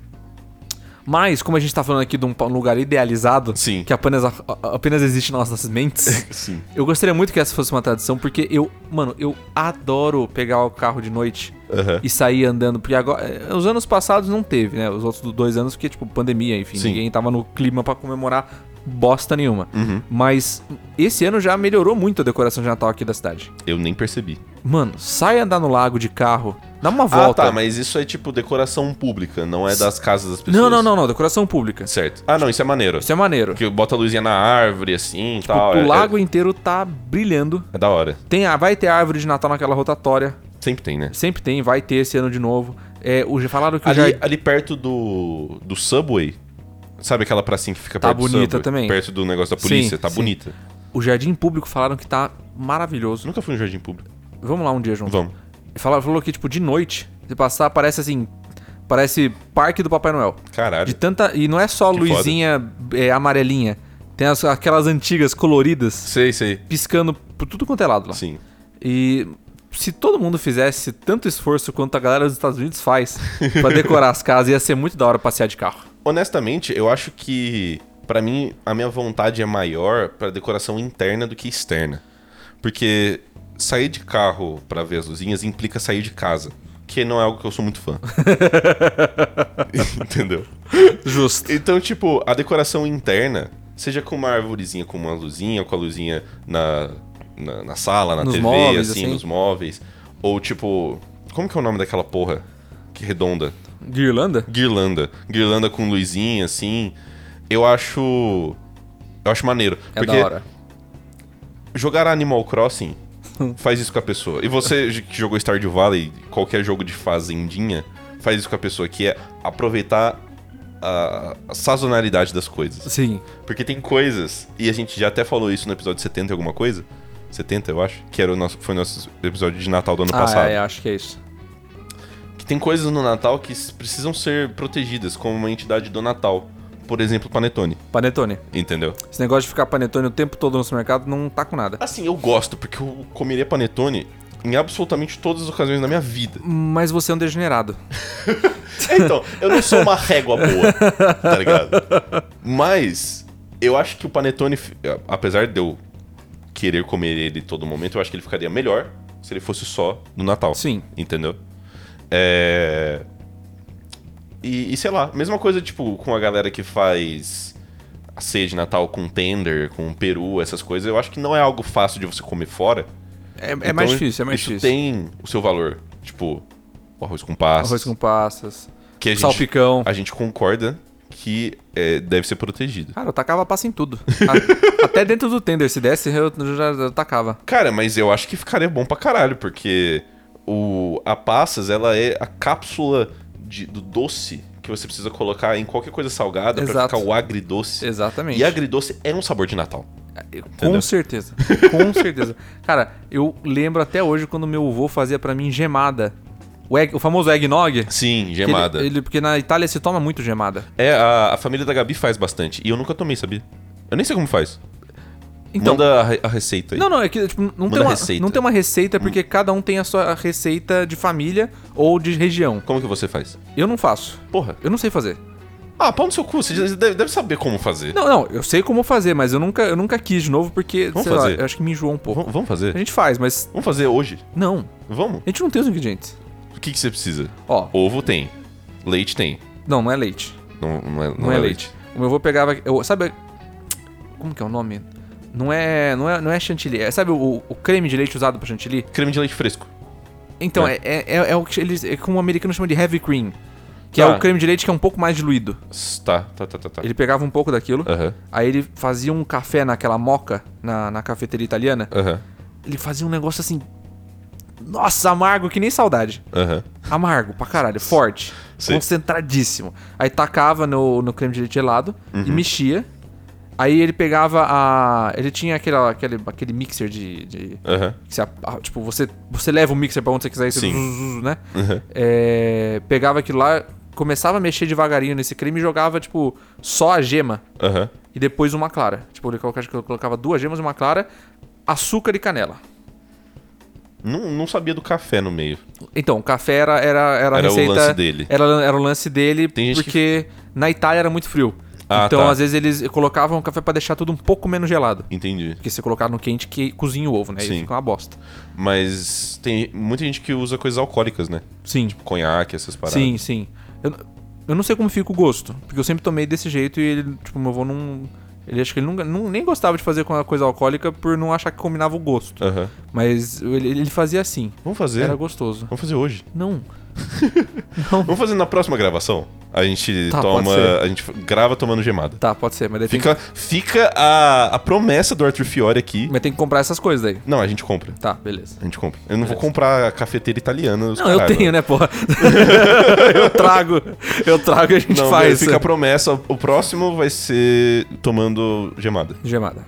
Mas, como a gente tá falando aqui de um pa- um lugar idealizado, Sim. que apenas, a- a- apenas existe nas nossas mentes, Sim. eu gostaria muito que essa fosse uma tradição, porque eu, mano, eu adoro pegar o carro de noite Aham. e sair andando, porque agora. eh, Os anos passados não teve, né? Os outros dois anos, porque, tipo, pandemia, enfim, Sim. ninguém tava no clima pra comemorar bosta nenhuma. Uhum. Mas esse ano já melhorou muito a decoração de Natal aqui da cidade. Eu nem percebi. Mano, sai andar no lago de carro, dá uma volta. Ah, tá, mas isso é tipo decoração pública, não é das casas das pessoas. Não, não, não, não, decoração pública. Certo. Ah, não, isso é maneiro. Isso é maneiro. Que bota a luzinha na árvore, assim e Tipo, tal. o é- é- lago inteiro tá brilhando. É, da hora. Tem a, vai ter a árvore de Natal naquela rotatória. Sempre tem, né? Sempre tem, vai ter esse ano de novo. É, o, já falaram que o Ali, jardim. ali perto do, do Subway, sabe aquela pracinha que fica Tá perto do bonita Subway? também. Perto do negócio da polícia, Sim, tá sim. bonita. O jardim público falaram que tá maravilhoso. Nunca fui no jardim público. Vamos lá um dia, João. Vamos. Fala- falou que, tipo, de noite, você passar, parece assim. Parece parque do Papai Noel. Caralho. De tanta. E não é só Que luzinha é, amarelinha. Tem as- aquelas antigas coloridas Sei, sei. piscando por tudo quanto é lado lá. Sim. E se todo mundo fizesse tanto esforço quanto a galera dos Estados Unidos faz pra decorar as casas, ia ser muito da hora passear de carro. Honestamente, eu acho que, pra mim, a minha vontade é maior pra decoração interna do que externa. Porque sair de carro pra ver as luzinhas implica sair de casa. Que não é algo que eu sou muito fã. Entendeu? Justo. Então, tipo, a decoração interna, seja com uma arvorezinha, com uma luzinha, ou com a luzinha na, na, na sala, na Nos TV, móveis, assim, assim. nos móveis. Ou, tipo, como que é o nome daquela porra? Que é redonda. Guirlanda? Guirlanda. Guirlanda com luzinha, assim. Eu acho. Eu acho maneiro. É porque da hora. jogar Animal Crossing faz isso com a pessoa. E você j- que jogou Stardew Valley, qualquer jogo de fazendinha, faz isso com a pessoa, que é aproveitar a, a sazonalidade das coisas. Sim. Porque tem coisas, e a gente já até falou isso no episódio 70 e alguma coisa. 70, eu acho, que era o nosso, foi o nosso episódio de Natal do ano Ah, passado. é, é, acho que é isso. Que tem coisas no Natal que s- precisam ser protegidas como uma entidade do Natal. Por exemplo, Panetone, Panetone. entendeu? Esse negócio de ficar panetone o tempo todo no supermercado não tá com nada. Assim, eu gosto, porque eu comeria Panetone em absolutamente todas as ocasiões da minha vida. Mas você é um degenerado. É, Então, eu não sou uma régua boa, tá ligado? Mas eu acho que o panetone, fi- a- apesar de eu querer comer ele todo momento, eu acho que ele ficaria melhor se ele fosse só no Natal. Sim. Entendeu? É. E, e sei lá, mesma coisa, tipo, com a galera que faz a ceia de Natal com tender, com peru, essas coisas, eu acho que não é algo fácil de você comer fora. É, é Então, mais difícil, é mais isso difícil. tem o seu valor. Tipo, o arroz com passas. Arroz com passas, que a gente- salpicão. a gente concorda que é, deve ser protegido. Cara, eu tacava passa em tudo. A- até dentro do tender, se desse, eu já eu tacava. Cara, mas eu acho que ficaria bom pra caralho, porque o, a passas, ela é a cápsula de- do doce que você precisa colocar em qualquer coisa salgada pra Exato. ficar o agridoce. Exatamente. É, E agridoce é um sabor de Natal. Com Entendeu? certeza. Com certeza. Cara, eu lembro até hoje quando meu avô fazia pra mim gemada. O, egg- o famoso eggnog. Sim, que ele- gemada. ele- porque na Itália se toma muito gemada. É, a, a família da Gabi faz bastante. E eu nunca tomei, sabia? Eu nem sei como faz. Então- Manda a, re- a receita aí. Não, não, é que tipo, não, tem Manda uma, receita. Hum. não tem uma receita porque cada um tem a sua receita de família ou de região. Como que você faz? Eu não faço. Porra. Eu não sei fazer. Ah, pau no seu cu. Você já deve, deve saber como fazer. Não, não, eu sei como fazer, mas eu nunca, eu nunca quis de novo porque, Vamos sei lá, fazer. eu acho que me enjoou um pouco. Vamos- Vamos A fazer? gente faz, mas Vamos fazer hoje? não. Vamos? A gente não tem os ingredientes. O que, que você precisa? Ó, Ovo tem. Leite tem. não, não é leite. Não, não é, não Não, é, leite. O meu avô pegava. Eu, sabe. Como que é o nome? Não é. Não é, não é chantilly. É, sabe o, o creme de leite usado pra chantilly? Creme de leite fresco. Então, É. é, é, é, é o que eles. É como o americano chama de heavy cream. Que é Tá. o creme de leite que é um pouco mais diluído. Tá, tá, tá, tá. tá. Ele pegava um pouco daquilo, Aham, aí ele fazia um café naquela moca, na, na cafeteria italiana. aham, Ele fazia um negócio assim. Nossa, amargo que nem saudade. aham. Amargo pra caralho, forte. Sim. Concentradíssimo. Aí tacava no, no creme de leite gelado e Uhum. mexia. Aí ele pegava a. Ele tinha aquele, aquele, aquele mixer de. de- Aham. que você a- a- tipo, você, você leva o mixer pra onde você quiser e você Sim. zuz, zuz, né? Uhum. É, pegava aquilo lá, começava a mexer devagarinho nesse creme e jogava, tipo, só a gema Aham. e depois uma clara. Tipo, ele colocava, acho que eu colocava duas gemas, uma clara, açúcar e canela. Não, não sabia do café no meio. Então, o café era, era, era a Era o receita. lance dele. Era, era o lance dele, Tem gente porque na Itália era muito frio. Ah, então, tá. às vezes, eles colocavam o café pra deixar tudo um pouco menos gelado. Entendi. Porque se colocar no quente, que cozinha o ovo, né? Sim. E fica uma bosta. Mas tem muita gente que usa coisas alcoólicas, né? Sim. Conhaque, essas paradas. Sim, sim. Eu, eu não sei como fica o gosto, porque eu sempre tomei desse jeito e ele, tipo, meu avô não. Ele acho que ele nunca, não, nem gostava de fazer com a coisa alcoólica por não achar que combinava o gosto. Aham. Mas ele, ele fazia assim. Vamos fazer. Era gostoso. Vamos fazer hoje. Não. Vamos fazer na próxima gravação. A gente Tá, pode toma. ser. A gente f- grava tomando gemada. Tá, pode ser, mas daí tem Fica, fica a, a promessa do Arthur Fiore aqui. Mas tem que comprar essas coisas daí. Não, a gente compra. Tá, beleza. A gente compra. Eu não vou comprar a cafeteira italiana. os Não, eu caralho. tenho, né, porra? eu trago. Eu trago e a gente Não, faz. fica a promessa. O próximo vai ser tomando gemada. Gemada.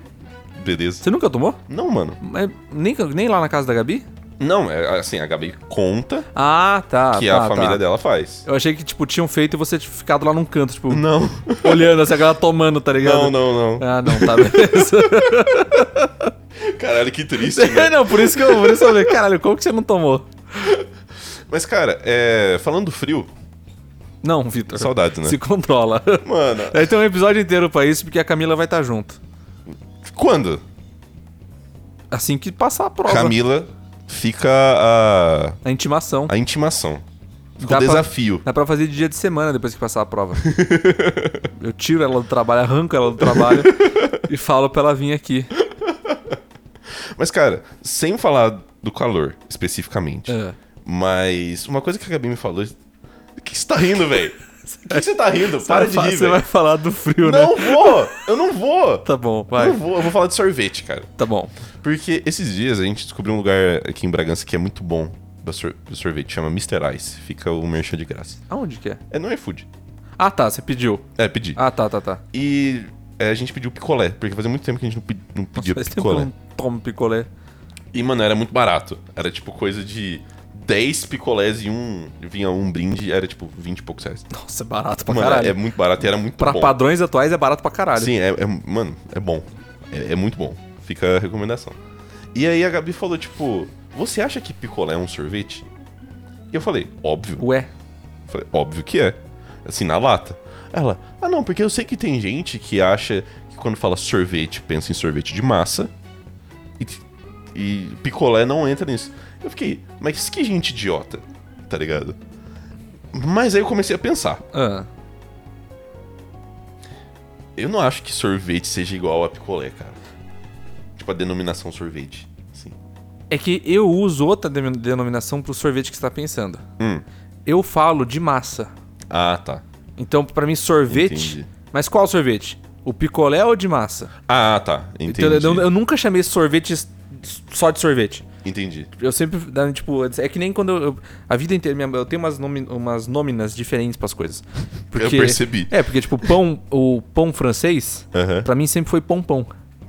Beleza? Você nunca tomou? Não, mano. Mas nem, nem lá na casa da Gabi? Não, é assim, a Gabi conta Ah, tá. que tá, a família tá. dela faz. Eu achei que, tipo, tinham feito e você tinha ficado lá num canto, tipo, Não. olhando, assim, a galera tomando, tá ligado? Não, não, não. Ah, não, tá, beleza. Caralho, que triste, né? não, por isso que eu, por isso eu falei, caralho, como que você não tomou? Mas, cara, é, falando do frio, Não, Vitor. Saudades, né? Se controla. mano, Aí tem um episódio inteiro pra isso, porque a Camila vai estar junto. quando? Assim que passar a prova. Camila fica a, A intimação. a intimação. Fica Dá pra- o desafio. Dá pra fazer de dia de semana depois que passar a prova. Eu tiro ela do trabalho, arranco ela do trabalho e falo pra ela vir aqui. Mas, cara, sem falar do calor especificamente, É. mas uma coisa que a Gabi me falou. O que você tá rindo, velho? O que você tá rindo? Para Vai de fa- rir, Você é vai velho. falar do frio, né? Não vou! Eu não vou! Tá bom, Eu vai. não vou, eu vou falar de sorvete, cara. Tá bom. Porque esses dias a gente descobriu um lugar aqui em Bragança que é muito bom pra sor- pro sorvete, chama Mr. Ice. Fica o merchan de graça. Aonde que é? É no iFood. Ah, tá, você pediu. É, pedi. Ah, tá, tá, tá. E é, a gente pediu picolé, porque fazia muito tempo que a gente não, pe- não pedia Faz tempo que eu picolé. não tomo picolé. E, mano, era muito barato. Era tipo coisa de 10 picolés e um. Vinha um brinde, era tipo 20 e poucos reais. Nossa, é barato pra mano, caralho. é muito barato e era muito pra bom. padrões atuais é barato pra caralho. Sim, é, é- mano, é bom. É, é muito bom. Fica a recomendação. E aí a Gabi falou, tipo, você acha que picolé é um sorvete? E eu falei, óbvio. Ué, Falei, óbvio que é. Assim, na lata. Ela, ah não, porque eu sei que tem gente que acha que quando fala sorvete, pensa em sorvete de massa. E, e picolé não entra nisso. Eu fiquei, mas que gente idiota, tá ligado? Mas aí eu comecei a pensar. ah, Eu não acho que sorvete seja igual a picolé, cara. Tipo, a denominação sorvete. Assim. é que eu uso outra deno- denominação pro sorvete que você tá pensando. Hum. Eu falo de massa. Ah, tá. Então, pra mim, sorvete. Entendi. Mas qual sorvete? O picolé ou de massa? Ah, tá. Então, Entendi. eu, eu nunca chamei sorvete s- só de sorvete. Entendi. Eu sempre, né, tipo, é que nem quando eu, eu- a vida inteira minha- eu tenho umas, nomi, umas nóminas diferentes pras coisas. Porque, percebi. É, porque tipo, pão, o pão francês, Aham. pra mim sempre foi pão pão.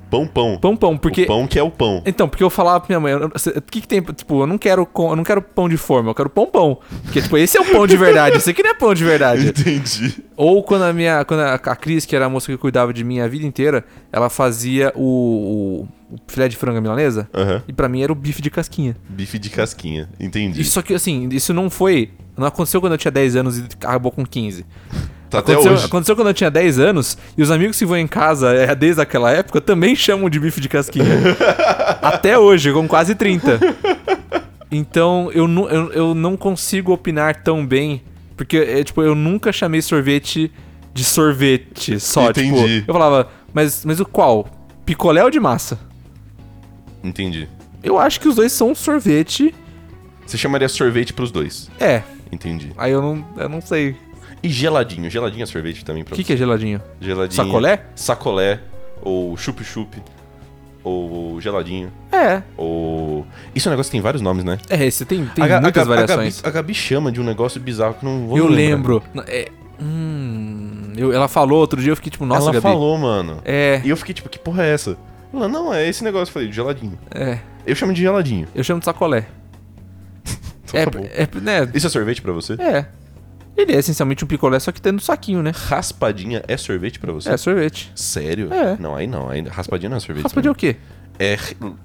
Pão, pão. Pão pão, porque O pão que é o pão. Então, porque eu falava pra minha mãe, eu não- cê- o que que tem, tipo, eu não quero, com- eu não quero pão de forma, eu quero pão pão. Porque tipo, esse é o pão de verdade, esse aqui não é pão de verdade. Entendi. Ou quando a minha. Quando a, a Cris, que era a moça que cuidava de mim a vida inteira, ela fazia o, o- o filé de frango à milanesa. Aham. E pra mim era o bife de casquinha. Bife de casquinha. Entendi. E só que assim, isso não foi. Não aconteceu quando eu tinha 10 anos e acabou com 15. Tá até Aconteceu, hoje. aconteceu quando eu tinha 10 anos e os amigos que vão em casa é, desde aquela época também chamam de bife de casquinha. até hoje, com quase 30. Então eu, nu- eu, eu não consigo opinar tão bem. Porque, é, tipo, eu nunca chamei sorvete de sorvete só. Entendi. Tipo, eu falava, mas, mas o qual? Picolé ou de massa? Entendi. Eu acho que os dois são sorvete. Você chamaria sorvete pros dois. É, Entendi. aí eu não, eu não sei. E geladinho. Geladinho é sorvete também pra O que, que é geladinho? você. Geladinho. Sacolé? Sacolé. Ou chup-chup. Ou geladinho. É. Ou. Isso é um negócio que tem vários nomes, né? É, esse tem, tem A Ga- a muitas Ga- a Gabi- variações. A Gabi, chama de um negócio bizarro que não vou eu lembrar. lembro. Na- é, hum, eu- ela falou outro dia, eu fiquei tipo, nossa, Ela Gabi. falou, mano. É, E eu fiquei tipo, que porra é essa? Ela, não, é esse negócio. Eu falei, geladinho. é. Eu chamo de geladinho. Eu chamo de sacolé. Então É, tá bom. é, né? Isso é sorvete pra você? É. Ele é essencialmente um picolé, só que tem no saquinho, né? Raspadinha é sorvete pra você? É, sorvete. Sério? É. Não, aí não. Aí raspadinha não é sorvete. Raspadinha é o quê? pra mim.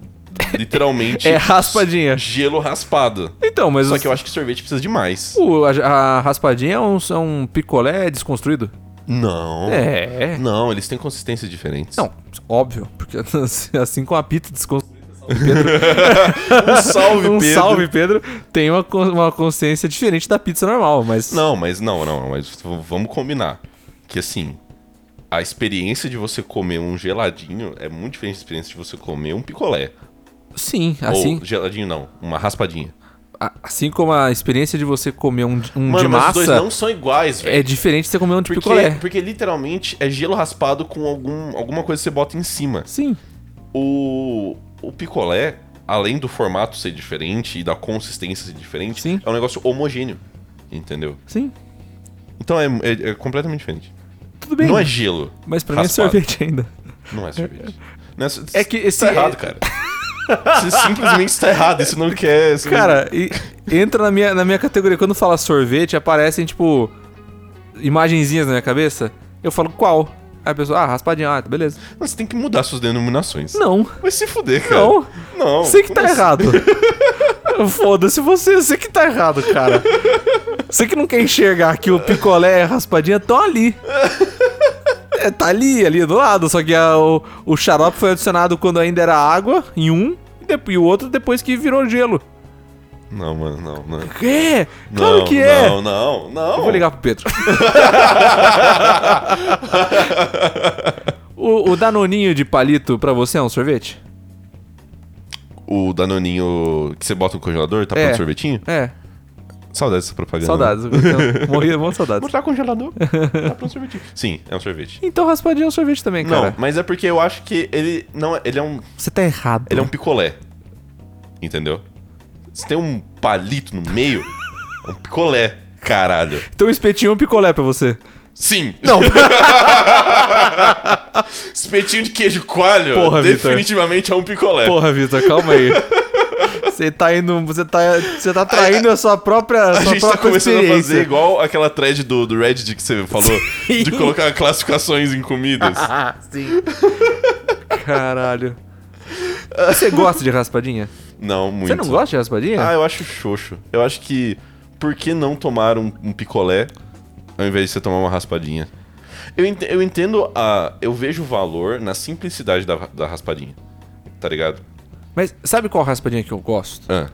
É literalmente. É raspadinha. Gelo raspado. Então, mas Só que eu acho que sorvete precisa de mais. o- a, a raspadinha é um, é um picolé desconstruído? Não. É. Não, eles têm consistências diferentes. Não, óbvio, porque assim como a pita desconstruída. Um salve, um Pedro. salve, Pedro. Tem uma, con- uma consciência diferente da pizza normal, mas. Não, mas não, não, mas v- vamos combinar. Que assim, a experiência de você comer um geladinho é muito diferente da experiência de você comer um picolé. Sim, assim, Ou geladinho não, uma raspadinha. a- assim como a experiência de você comer um, de- um Mano, de mas os dois massa não são iguais, velho. é diferente de você comer um de Porque, picolé. porque literalmente é gelo raspado com algum, alguma coisa que você bota em cima. Sim. O, o picolé, além do formato ser diferente e da consistência ser diferente, Sim. é um negócio homogêneo. Entendeu? Sim. Então é, é- é completamente diferente. Tudo bem. não é gelo. Mas pra raspado. mim é sorvete ainda. Não é sorvete. Não é, so- É que esse- Tá errado, cara. Você simplesmente está errado. Isso não quer... Isso é não- Cara, e- entra na minha, na minha categoria. Quando fala sorvete, aparecem, tipo, imagenzinhas na minha cabeça. Eu falo qual? Aí a pessoa, ah, raspadinha, ah, beleza. Não, Você tem que mudar suas denominações. Não, Vai se fuder, cara. não. Não. Você que tá como assim? errado. Foda-se você, você que tá errado, cara. Você que não quer enxergar que o picolé e a raspadinha estão ali. É, tá ali, ali do lado. Só que a- o, o xarope foi adicionado quando ainda era água, em um, e, depo- e o outro depois que virou gelo. Não, mano, não, não. É, claro Não, que é. Não, não, não. Eu vou ligar pro Pedro. o, o danoninho de palito pra você é um sorvete? O danoninho que você bota no congelador, tá É. pronto sorvetinho? É, Saudades dessa propaganda. saudades. Então, morri, morri de saudades. Botar congelador, tá pronto sorvetinho. Sim, é um sorvete. Então raspadinha é um sorvete também, cara. Não, mas é porque eu acho que ele não, é- ele é um, Você tá errado. ele é um picolé. Entendeu? Se tem um palito no meio, é um picolé, caralho. Então espetinho é um picolé pra você. Sim. Não. Espetinho de queijo coalho Porra, Vitor. definitivamente é um picolé. Porra, Vitor, calma aí. Você tá indo. Você tá. Você tá traindo a sua própria. A sua gente tá própria começando a fazer experiência. igual aquela thread do, do Reddit que você falou, de colocar classificações em comidas. Ah, sim. Caralho. Você gosta de raspadinha? Não, muito. Você não gosta de raspadinha? Ah, eu acho xoxo. Eu acho que por que não tomar um, um picolé ao invés de você tomar uma raspadinha? Eu, ent- eu entendo a. Eu vejo o valor na simplicidade da, da raspadinha. Tá ligado? Mas sabe qual raspadinha que eu gosto? Ah.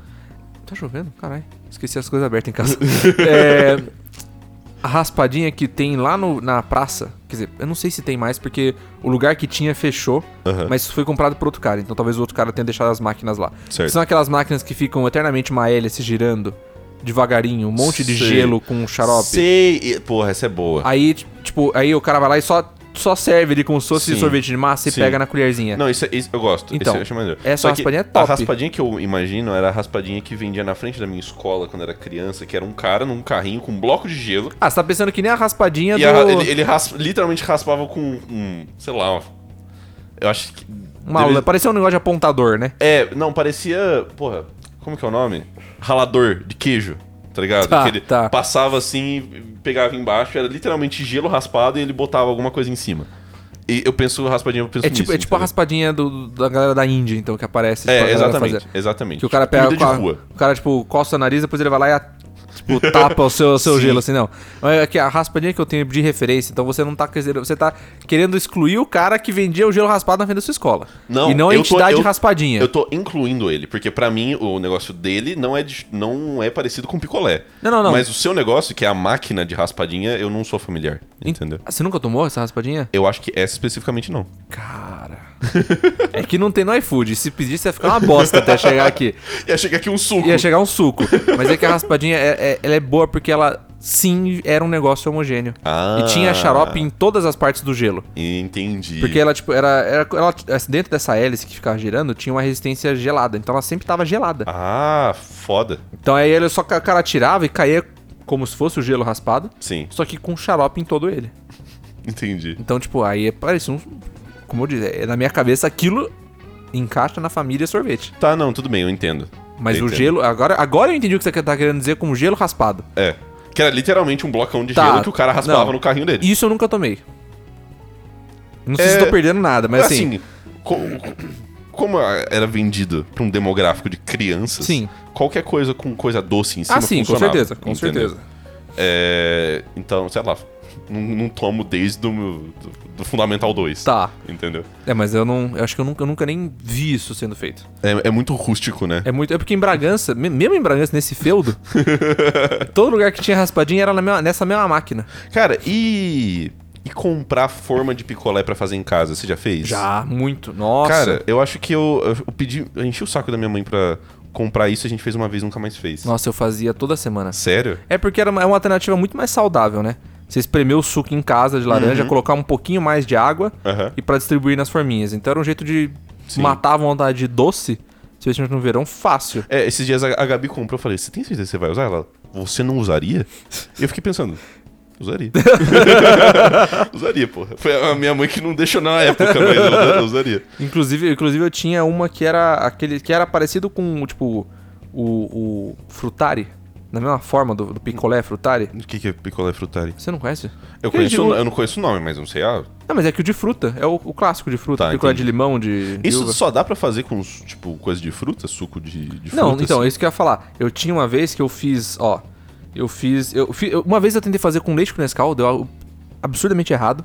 Tá chovendo? Caralho. Esqueci as coisas abertas em casa. é. A raspadinha que tem lá no- na praça. Quer dizer, eu não sei se tem mais, porque o lugar que tinha fechou. Aham. Mas isso foi comprado por outro cara, então talvez o outro cara tenha deixado as máquinas lá. Certo. São aquelas máquinas que ficam eternamente uma hélice girando devagarinho, um monte de Sei. gelo com xarope. Sei. e- Porra, essa é boa. Aí, t- tipo, aí o cara vai lá e só, só serve ele como se fosse Sim. sorvete de massa e Sim. pega na colherzinha. Não, isso, é- isso- eu gosto. Então, isso eu acho maneiro. essa Só que raspadinha é top. A raspadinha que eu imagino era a raspadinha que vendia na frente da minha escola quando era criança, que era um cara num carrinho com um bloco de gelo. Ah, você tá pensando que nem a raspadinha E do... a ra- ele, ele raspa- literalmente raspava com um. Sei lá. um- Eu acho que. Uma deve- aula, parecia um negócio de apontador, né? É, não, parecia. Porra, como que é o nome? Ralador de queijo, tá ligado? Tá, que ele tá. passava assim e pegava embaixo, era literalmente gelo raspado e ele botava alguma coisa em cima. E eu penso raspadinha, eu penso É tipo, nisso, é tipo a entendeu? raspadinha do- da galera da Índia, então, que aparece. tipo, a É, galera exatamente, fazer. exatamente. Que o cara Tipo, pega. comida com a- de rua. O cara, tipo, coça o nariz, depois ele vai lá e a- tipo, tapa o seu, o seu Sim. gelo, assim, não. É que a raspadinha que eu tenho de referência, então você não tá querendo. Você tá querendo excluir o cara que vendia o gelo raspado na frente da sua escola. Não, E não a eu tô- entidade eu- raspadinha. Eu tô incluindo ele, porque pra mim o negócio dele não é, de- não é parecido com picolé. Não, não, não. Mas o seu negócio, que é a máquina de raspadinha, eu não sou familiar, Ent- entendeu? Ah, Você nunca tomou essa raspadinha? Eu acho que essa especificamente não. Cara. é que não tem no iFood. Se pedir, você ia ficar uma bosta até chegar aqui. Ia chegar aqui um suco. Ia chegar um suco. Mas é que a raspadinha é, é- ela é boa porque ela sim era um negócio homogêneo. Ah, E tinha xarope em todas as partes do gelo. Entendi. Porque ela, tipo, era, era- ela- Dentro dessa hélice que ficava girando, tinha uma resistência gelada. Então ela sempre tava gelada. Ah, foda. Então aí ele só. O cara tirava e caía como se fosse o gelo raspado. Sim, Só que com xarope em todo ele. entendi. Então, tipo, aí é- parece um. Como eu disse, é- na minha cabeça aquilo encaixa na família sorvete. Tá, não, tudo bem, eu entendo. Mas Eu o entendo. gelo. Agora, agora eu entendi o que você tá querendo dizer com gelo raspado. É. Que era literalmente um blocão de Tá, gelo que o cara raspava não. no carrinho dele. Isso eu nunca tomei. Não sei É, se tô perdendo nada, mas assim. assim, co- como era vendido pra um demográfico de crianças, Sim. qualquer coisa com coisa doce em cima Ah, sim, com assim, funcionava, certeza, com entendeu? certeza. É, então, sei lá, não, não tomo desde o meu- do, do Fundamental 2. Tá. Entendeu? É, mas eu não. Eu acho que eu nunca, eu nunca nem vi isso sendo feito. É, é muito rústico, né? É muito. É porque em Bragança, me- mesmo em Bragança, nesse feudo, todo lugar que tinha raspadinha era na mesma- nessa mesma máquina. Cara, e. E comprar forma de picolé pra fazer em casa, você já fez? Já, muito. Nossa. Cara, eu acho que eu, eu, pedi. Eu enchi o saco da minha mãe pra comprar isso, a gente fez uma vez e nunca mais fez. Nossa, eu fazia toda semana. Sério? É porque era uma, é uma alternativa muito mais saudável, né? Você espremer o suco em casa de laranja, colocar um pouquinho mais de água Uhum. Aham. e pra distribuir nas forminhas. Então era um jeito de Sim. matar a vontade de doce, especialmente no verão, fácil. É, esses dias a, a Gabi comprou, eu falei, você tem certeza que você vai usar? Ela, você não usaria? E eu fiquei pensando, usaria. usaria, porra. Foi a minha mãe que não deixou na época, mas eu, eu usaria. Inclusive, inclusive eu tinha uma que era aquele que era parecido com tipo o, o frutari, na mesma forma do, do picolé frutari. O que, que é picolé frutari? Você não conhece? Eu, conheço, digo- o no- eu não conheço o nome, mas não sei. Ah, Não, mas é que o de fruta é o, o clássico de fruta, Tá, picolé entendi. de limão, de de isso uva. só dá pra fazer com, tipo, coisa de fruta? Suco de, de Não, fruta, então, é assim? isso que eu ia falar. Eu tinha uma vez que eu fiz, ó. Eu fiz. Eu, fi- eu- uma vez eu tentei fazer com leite com Nescau, deu algo absurdamente errado.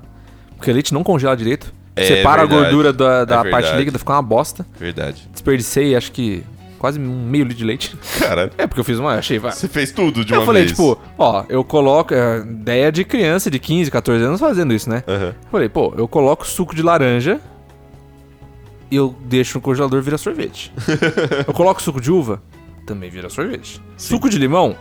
Porque leite não congela direito. É separa verdade, a gordura da, da é parte verdade. líquida, fica uma bosta. Verdade. Desperdicei, acho que quase um meio litro de leite. Cara, É, porque eu fiz uma. Achei, vai. você fez tudo de uma Eu falei, vez. tipo, ó, eu coloco. é, ideia de criança de 15, 14 anos fazendo isso, né? Aham. Eu Falei, pô, eu coloco suco de laranja e eu deixo no congelador vira sorvete. eu coloco suco de uva, também vira sorvete. Suco de limão,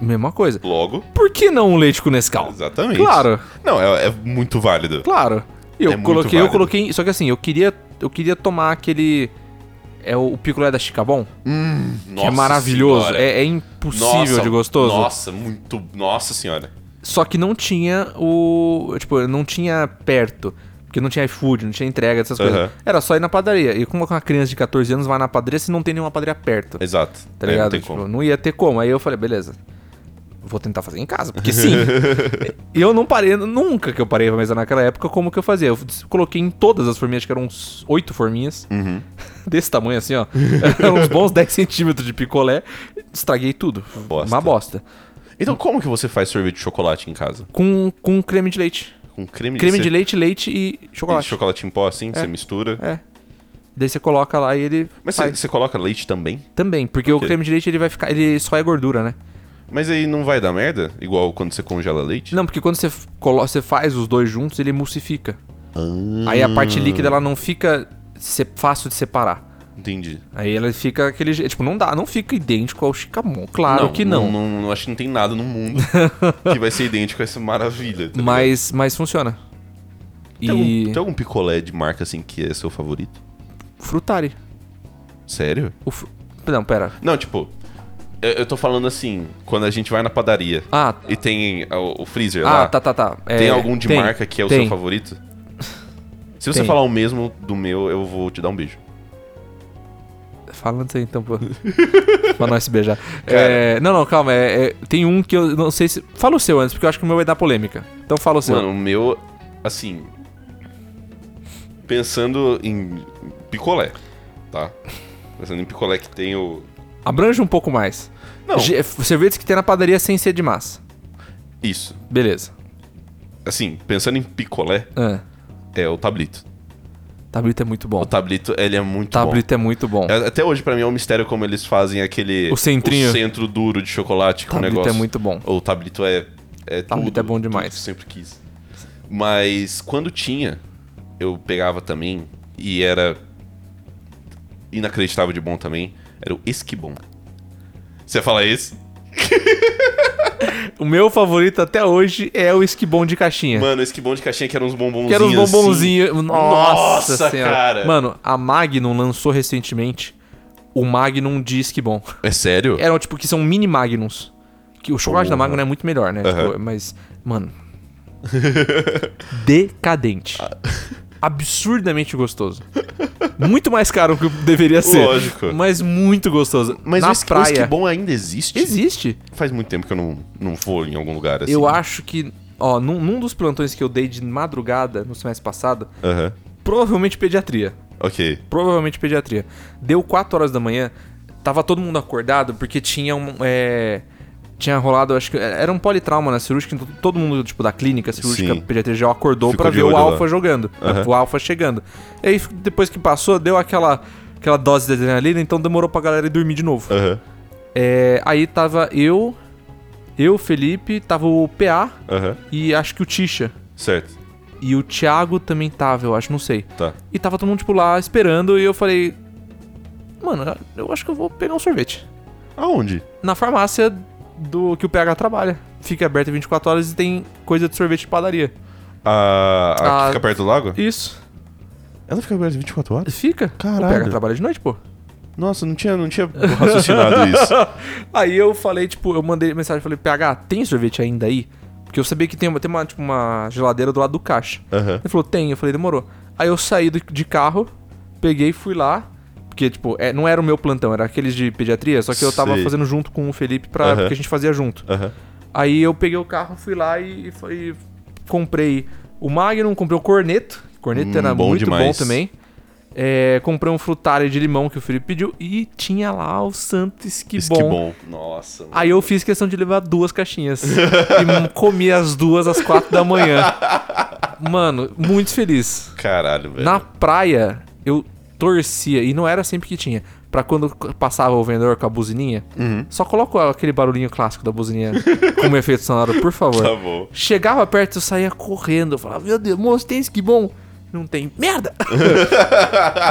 mesma coisa. Logo. Por que não um leite com Nescau? Exatamente. Claro, Não, é, é muito válido. claro. E eu É muito coloquei, eu válido. coloquei, só que assim, eu queria, eu queria tomar aquele é o, o picolé da Chicabon, que é maravilhoso, é, é impossível de gostoso. Nossa, muito. Nossa senhora. Só que não tinha o. Tipo, não tinha perto. Porque não tinha iFood, não tinha entrega, essas Aham. coisas. Era só ir na padaria. E como uma criança de 14 anos vai na padaria se não tem nenhuma padaria perto? Exato. Tá É, ligado? não tem Tipo, como. não ia ter como. Aí eu falei, beleza. Vou tentar fazer em casa, porque sim. E eu não parei, nunca que eu parei pra mesa naquela época, como que eu fazia? Eu coloquei em todas as forminhas, acho que eram uns oito forminhas. Uhum. Desse tamanho assim, ó. Eram uns bons 10 centímetros de picolé. Estraguei tudo. Bosta. Uma bosta. Então, como que você faz sorvete de chocolate em casa? Com, com creme de leite. Com creme, Creme de você- leite, leite e chocolate. E chocolate em pó, assim, que você mistura. É. Daí você coloca lá e ele. Mas você, sai. você coloca leite também? Também, porque o quê? creme de leite ele vai ficar. Ele só é gordura, né? Mas aí não vai dar merda? Igual quando você congela leite? Não, porque quando você, colo- você faz os dois juntos, ele emulsifica. Ah. Aí a parte líquida ela não fica se- fácil de separar. Entendi. Aí ela fica aquele. je- Tipo, não dá, não fica idêntico ao chicamon. Claro que não. não, não acho que não tem nada no mundo que vai ser idêntico a essa maravilha. tá ligado? mas, mas funciona. Tem, algum, E. tem algum picolé de marca, assim, que é seu favorito? Frutari. Sério? O fru- Não, pera. Não, tipo... Eu, eu tô falando assim, quando a gente vai na padaria Ah, e tem ah, o, o freezer lá... ah tá, tá, tá. É, Tem algum de tem, marca que é o tem. seu favorito? Se você Tem. falar o mesmo do meu, eu vou te dar um beijo. Falando isso aí, então, pô. pra nós se beijar. Cara. É, não, não, calma. é- é, tem um que eu não sei se. Fala o seu antes, porque eu acho que o meu vai dar polêmica. Então fala o seu. Mano, o meu, assim. Pensando em picolé, tá? Pensando em picolé que tem o. Abrange um pouco mais. Não, Ge- Sorvetes que tem na padaria sem ser de massa. isso. Beleza. Assim, pensando em picolé, Ah, é o tablito. tablito é muito bom. O tablito, ele é muito tablito é muito bom. bom. É, Até hoje, pra mim, é um mistério como eles fazem aquele. O centrinho. o centro duro de chocolate com o tablito negócio. é muito bom. O tablito é. é Tablito tudo, é bom tudo demais. que eu sempre quis. Mas quando tinha, eu pegava também e era inacreditável de bom também. Era o esquibom. Você fala esse? O meu favorito até hoje é o esquibom de caixinha. Mano, esse que bom de caixinha que era uns bombonzinhos. que era um bombonzinho. Nossa, assim. Nossa, senhora. cara. Mano, a Magnum lançou recentemente o Magnum de esquibom. assim. É sério? Eram, tipo, que são mini Magnums. Que o chocolate da Porra. Magnum é muito melhor, né? Aham. Tipo, mas, mano. decadente. Ah. Absurdamente gostoso. Muito mais caro que deveria ser. Lógico. Mas muito gostoso. Mas Na o esqui- o praia. esquibom ainda existe? Existe. Faz muito tempo que eu não, não vou em algum lugar assim. Eu acho que. Ó, num, num dos plantões que eu dei de madrugada no semestre passado, Aham. provavelmente pediatria. Ok. Provavelmente pediatria. Deu 4 horas da manhã, tava todo mundo acordado porque tinha um. é, tinha rolado, acho que era um politrauma na cirúrgica, então todo mundo, tipo, da clínica cirúrgica Sim. pediatria já acordou Ficou pra de ver olho o lá. Alfa jogando, né, Aham. o Alfa chegando. E aí, depois que passou, deu aquela, aquela dose de adrenalina, então demorou pra galera ir dormir de novo. Aham. É, aí tava eu, eu, Felipe, tava o PA Aham. e acho que o Tisha. Certo. E o Thiago também tava, eu acho, não sei. Tá. E tava todo mundo, tipo, lá esperando. E eu falei, mano, eu acho que eu vou pegar um sorvete. Aonde? Na farmácia do que o PH trabalha. Fica aberta 24 horas e tem coisa de sorvete de padaria. A, a Ah. que fica perto do lago? Isso. Ela fica aberta 24 horas? Fica. Caralho. O PH trabalha de noite, pô. Nossa, não tinha, não tinha raciocinado isso. Aí eu falei, tipo, eu mandei mensagem, falei, PH, tem sorvete ainda aí? Porque eu sabia que tem uma, tem uma, tipo, uma geladeira do lado do caixa. Aham. Ele falou, tem. Eu falei, demorou. Aí eu saí do- de carro, peguei e fui lá. Porque, tipo, é, não era o meu plantão, era aqueles de pediatria, só que eu tava Sei. fazendo junto com o Felipe pra, Aham. porque a gente fazia junto. Aham. Aí eu peguei o carro, fui lá e, e fa- e comprei o Magnum, comprei o Corneto. Corneto Hum, era bom muito bom demais. também. É, comprei um frutari de limão que o Felipe pediu e tinha lá o santo esquibom. Esquibom. Nossa. mano. Aí eu fiz questão de levar duas caixinhas. e comi as duas às quatro da manhã. Mano, muito feliz. Caralho, velho. Na praia, eu torcia, e não era sempre que tinha, pra quando c- passava o vendedor com a buzininha, Uhum. só coloco aquele barulhinho clássico da buzininha como efeito sonoro, por favor. Tá bom. Chegava perto, eu saía correndo, eu falava, meu Deus, moço, tem esquibom? Não tem merda!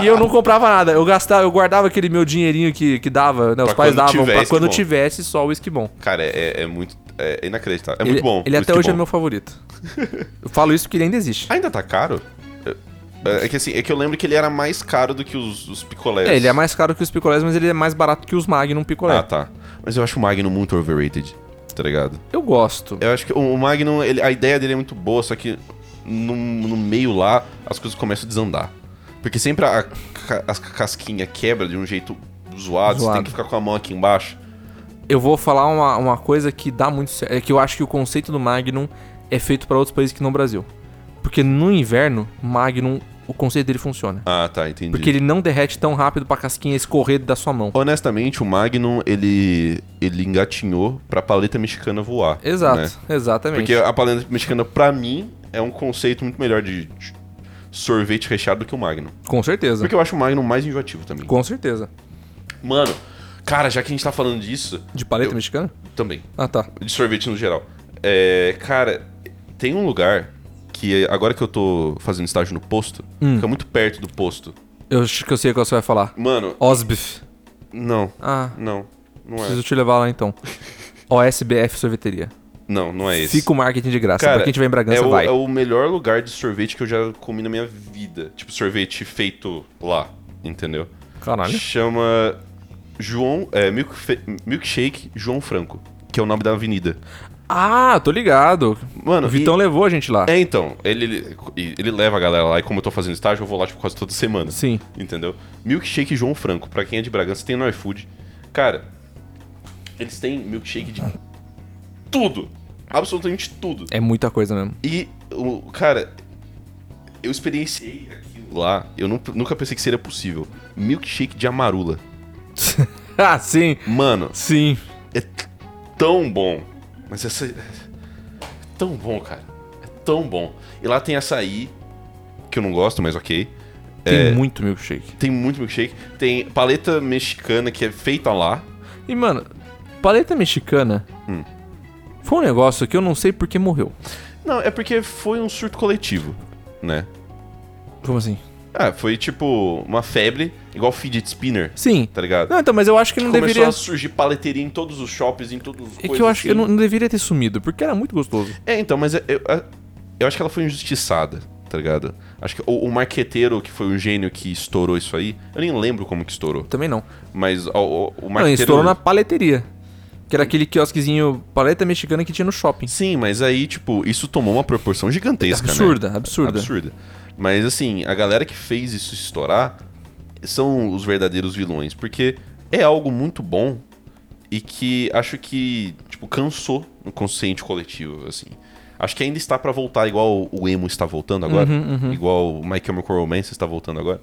e eu não comprava nada, eu gastava, eu guardava aquele meu dinheirinho que, que dava, né, os Pra pais quando davam tiver pra quando esquibom. tivesse só o esquibom. Cara, é, é muito. É inacreditável. É ele muito bom. ele o até hoje é esquibom. meu favorito. Eu falo isso porque ele ainda existe. Ainda tá caro? É, é que assim, é que eu lembro que ele era mais caro do que os, os picolés. É, ele é mais caro que os picolés, mas ele é mais barato que os Magnum picolé. Ah, tá. Mas eu acho o Magnum muito overrated, tá ligado? Eu gosto. Eu acho que o o Magnum, ele- a ideia dele é muito boa, só que no, no meio lá, as coisas começam a desandar. Porque sempre a, ca- a casquinha quebra de um jeito zoado, você Zoado. tem que ficar com a mão aqui embaixo. Eu vou falar uma, uma coisa que dá muito certo. É que eu acho que o conceito do Magnum é feito pra outros países que não o Brasil. Porque no inverno, Magnum, o conceito dele funciona. Ah, tá, entendi. Porque ele não derrete tão rápido pra casquinha escorrer da sua mão. Honestamente, o Magnum, ele, ele engatinhou pra paleta mexicana voar. Exato, né? exatamente. Porque a paleta mexicana, pra mim, é um conceito muito melhor de, de sorvete recheado do que o Magnum. Com certeza. Porque eu acho o Magnum mais enjoativo também. Com certeza. Mano, cara, já que a gente tá falando disso, De paleta Eu- mexicana? também. Ah, tá. De sorvete no geral. É, cara, tem um lugar que agora que eu tô fazendo estágio no posto, Hum. fica muito perto do posto. Eu acho que eu sei o que você vai falar. Mano, Osbif. não, Ah, não, não é. preciso te levar lá então. OSBF Sorveteria. Não, não é esse. Fica o marketing de graça. pra quem tiver em Bragança, é o, vai. é o melhor lugar de sorvete que eu já comi na minha vida. Tipo, sorvete feito lá, entendeu? Caralho. Chama João, é, Milkfe- Milkshake João Franco, que é o nome da avenida. Ah, tô ligado. Mano, o Vitão e- levou a gente lá. É, então, ele, ele, e- ele leva a galera lá e como eu tô fazendo estágio, eu vou lá tipo, quase toda semana. Sim. Entendeu? Milkshake João Franco, pra quem é de Bragança, tem no iFood. Cara, eles têm milkshake de tudo. Absolutamente tudo. É muita coisa mesmo. E, o, cara, eu experienciei aquilo lá. Eu nu- nunca pensei que seria possível. Milkshake de amarula. ah, sim, Mano, sim. é t- tão bom. Mas essa. É tão bom, cara. É tão bom. E lá tem açaí, que eu não gosto, mas ok. Tem muito milkshake. Tem muito milkshake. Tem paleta mexicana que é feita lá. E, mano, paleta mexicana foi um negócio que eu não sei por que morreu. Não, é porque foi um surto coletivo, né? Como assim? Ah, foi tipo uma febre, igual fidget spinner, Sim. tá ligado? Não, então, mas eu acho que não Começou deveria. a surgir paleteria em todos os shoppings, em todos os É que eu acho que eu não, não deveria ter sumido, porque era muito gostoso. É, então, mas eu, eu, eu acho que ela foi injustiçada, tá ligado? Acho que o, o marqueteiro, que foi o gênio que estourou isso aí, eu nem lembro como que estourou, Também não. mas o, o, o Não, marqueteiro... estourou na paleteria. Que era aquele quiosquezinho paleta mexicana que tinha no shopping. Sim, mas aí, tipo, isso tomou uma proporção gigantesca, Absurda, né? absurda. Mas, assim, a galera que fez isso estourar são os verdadeiros vilões, porque é algo muito bom e que acho que, tipo, cansou no consciente coletivo, assim. Acho que ainda está pra voltar, igual o emo está voltando agora, Uhum, igual o My Chemical Romance está voltando agora.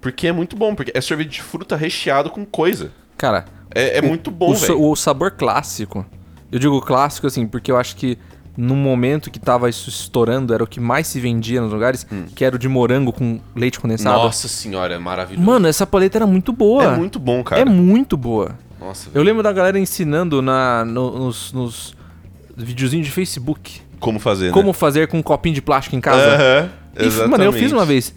Porque é muito bom, porque é sorvete de fruta recheado com coisa. Cara, É, é muito bom, o, sa- velho. o sabor clássico. Eu digo clássico assim, porque eu acho que no momento que tava isso estourando, era o que mais se vendia nos lugares, que era o de morango com leite condensado. Hum. Nossa senhora, é maravilhoso. Mano, essa paleta era muito boa. é muito bom, cara. É muito boa. Nossa, velho. Eu lembro da galera ensinando na, no- nos, nos videozinhos de Facebook Como fazer, né? como fazer com um copinho de plástico em casa. Aham, E, fi- mano, eu fiz É, exatamente. uma vez.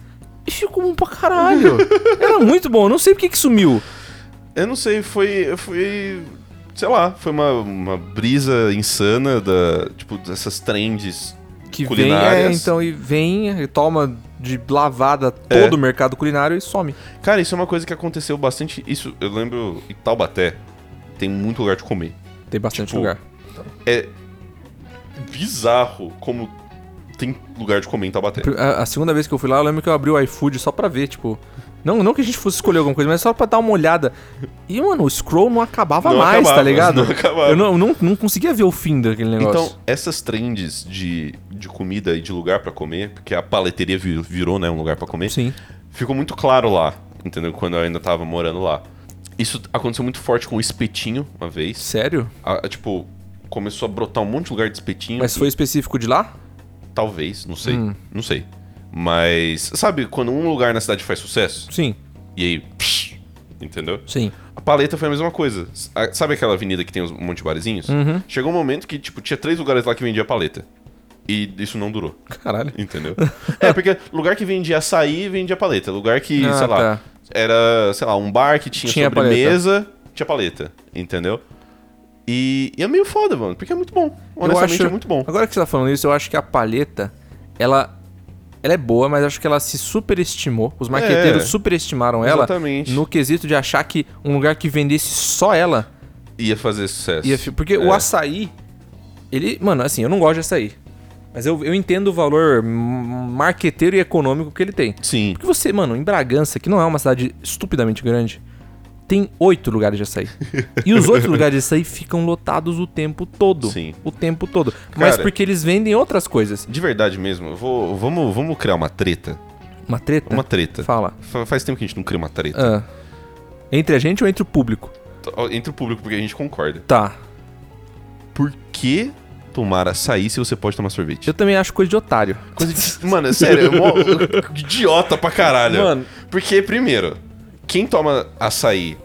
E ficou bom pra caralho. Era muito bom, eu não sei por que que sumiu. Eu não sei, foi. foi sei lá, foi uma, uma brisa insana da. Tipo, dessas trends. Que vem, é, Culinárias. então, e vem, e toma de lavada É. todo o mercado culinário e some. Cara, isso é uma coisa que aconteceu bastante. Isso, eu lembro em Taubaté. Tem muito lugar de comer. Tem bastante Tipo, lugar. Bizarro como tem lugar de comer em Taubaté. A, a segunda vez que eu fui lá, eu lembro que eu abri o iFood só pra ver, tipo. Não, não que a gente fosse escolher alguma coisa, mas só pra dar uma olhada. E, mano, o scroll não acabava Não mais, acabava, tá ligado? não acabava. eu não, não, não conseguia ver o fim daquele negócio. Então, essas trends de, de comida e de lugar pra comer, porque a paleteria vi- virou, né, um lugar pra comer. Sim. Ficou muito claro lá, entendeu? Quando eu ainda tava morando lá. Isso aconteceu muito forte com o espetinho uma vez. Sério? A- a- tipo, começou a brotar um monte de lugar de espetinho. Mas foi específico de lá? Talvez, não sei. Hum. Não sei. Mas, sabe, quando um lugar na cidade faz sucesso, Sim, e aí. psh, entendeu? sim. A paleta foi a mesma coisa. S- a- sabe aquela avenida que tem os- um monte de barizinhos? Uhum. Chegou um momento que, tipo, tinha três lugares lá que vendia paleta. E isso não durou, Caralho. entendeu? é, porque lugar que vendia açaí, vendia paleta. Lugar que, Ah, sei lá, tá. era, sei lá, um bar que tinha, Tinha sobremesa, tinha paleta, entendeu? E, e é meio foda, mano, porque é muito bom. Eu Honestamente, acho- é muito bom. Agora que você tá falando isso, eu acho que a palheta, ela. Ela é boa, mas acho que ela se superestimou. Os marqueteiros É. superestimaram ela Exatamente. no quesito de achar que um lugar que vendesse só ela Ia fazer sucesso. ia. fi- Porque É. o açaí, ele. Mano, assim, eu não gosto de açaí. Mas eu, eu entendo o valor m- marqueteiro e econômico que ele tem. Sim. Porque você, mano, em Bragança, que não é uma cidade estupidamente grande, tem oito lugares de açaí. E os oito lugares de açaí ficam lotados o tempo todo. Sim. O tempo todo. Mas Cara- porque eles vendem outras coisas. De verdade mesmo, eu vou, vamos, vamos criar uma treta. Uma treta? Uma treta. Fala. Fa- Faz tempo que a gente não cria uma Ah. treta. Entre a gente ou entre o público? T- Entre o público, porque a gente concorda. Tá. Por que tomar açaí se você pode tomar sorvete? Eu também acho coisa de otário. Coisa de... Mano, é sério, é mó idiota pra caralho. Mano. Porque, primeiro, quem toma açaí,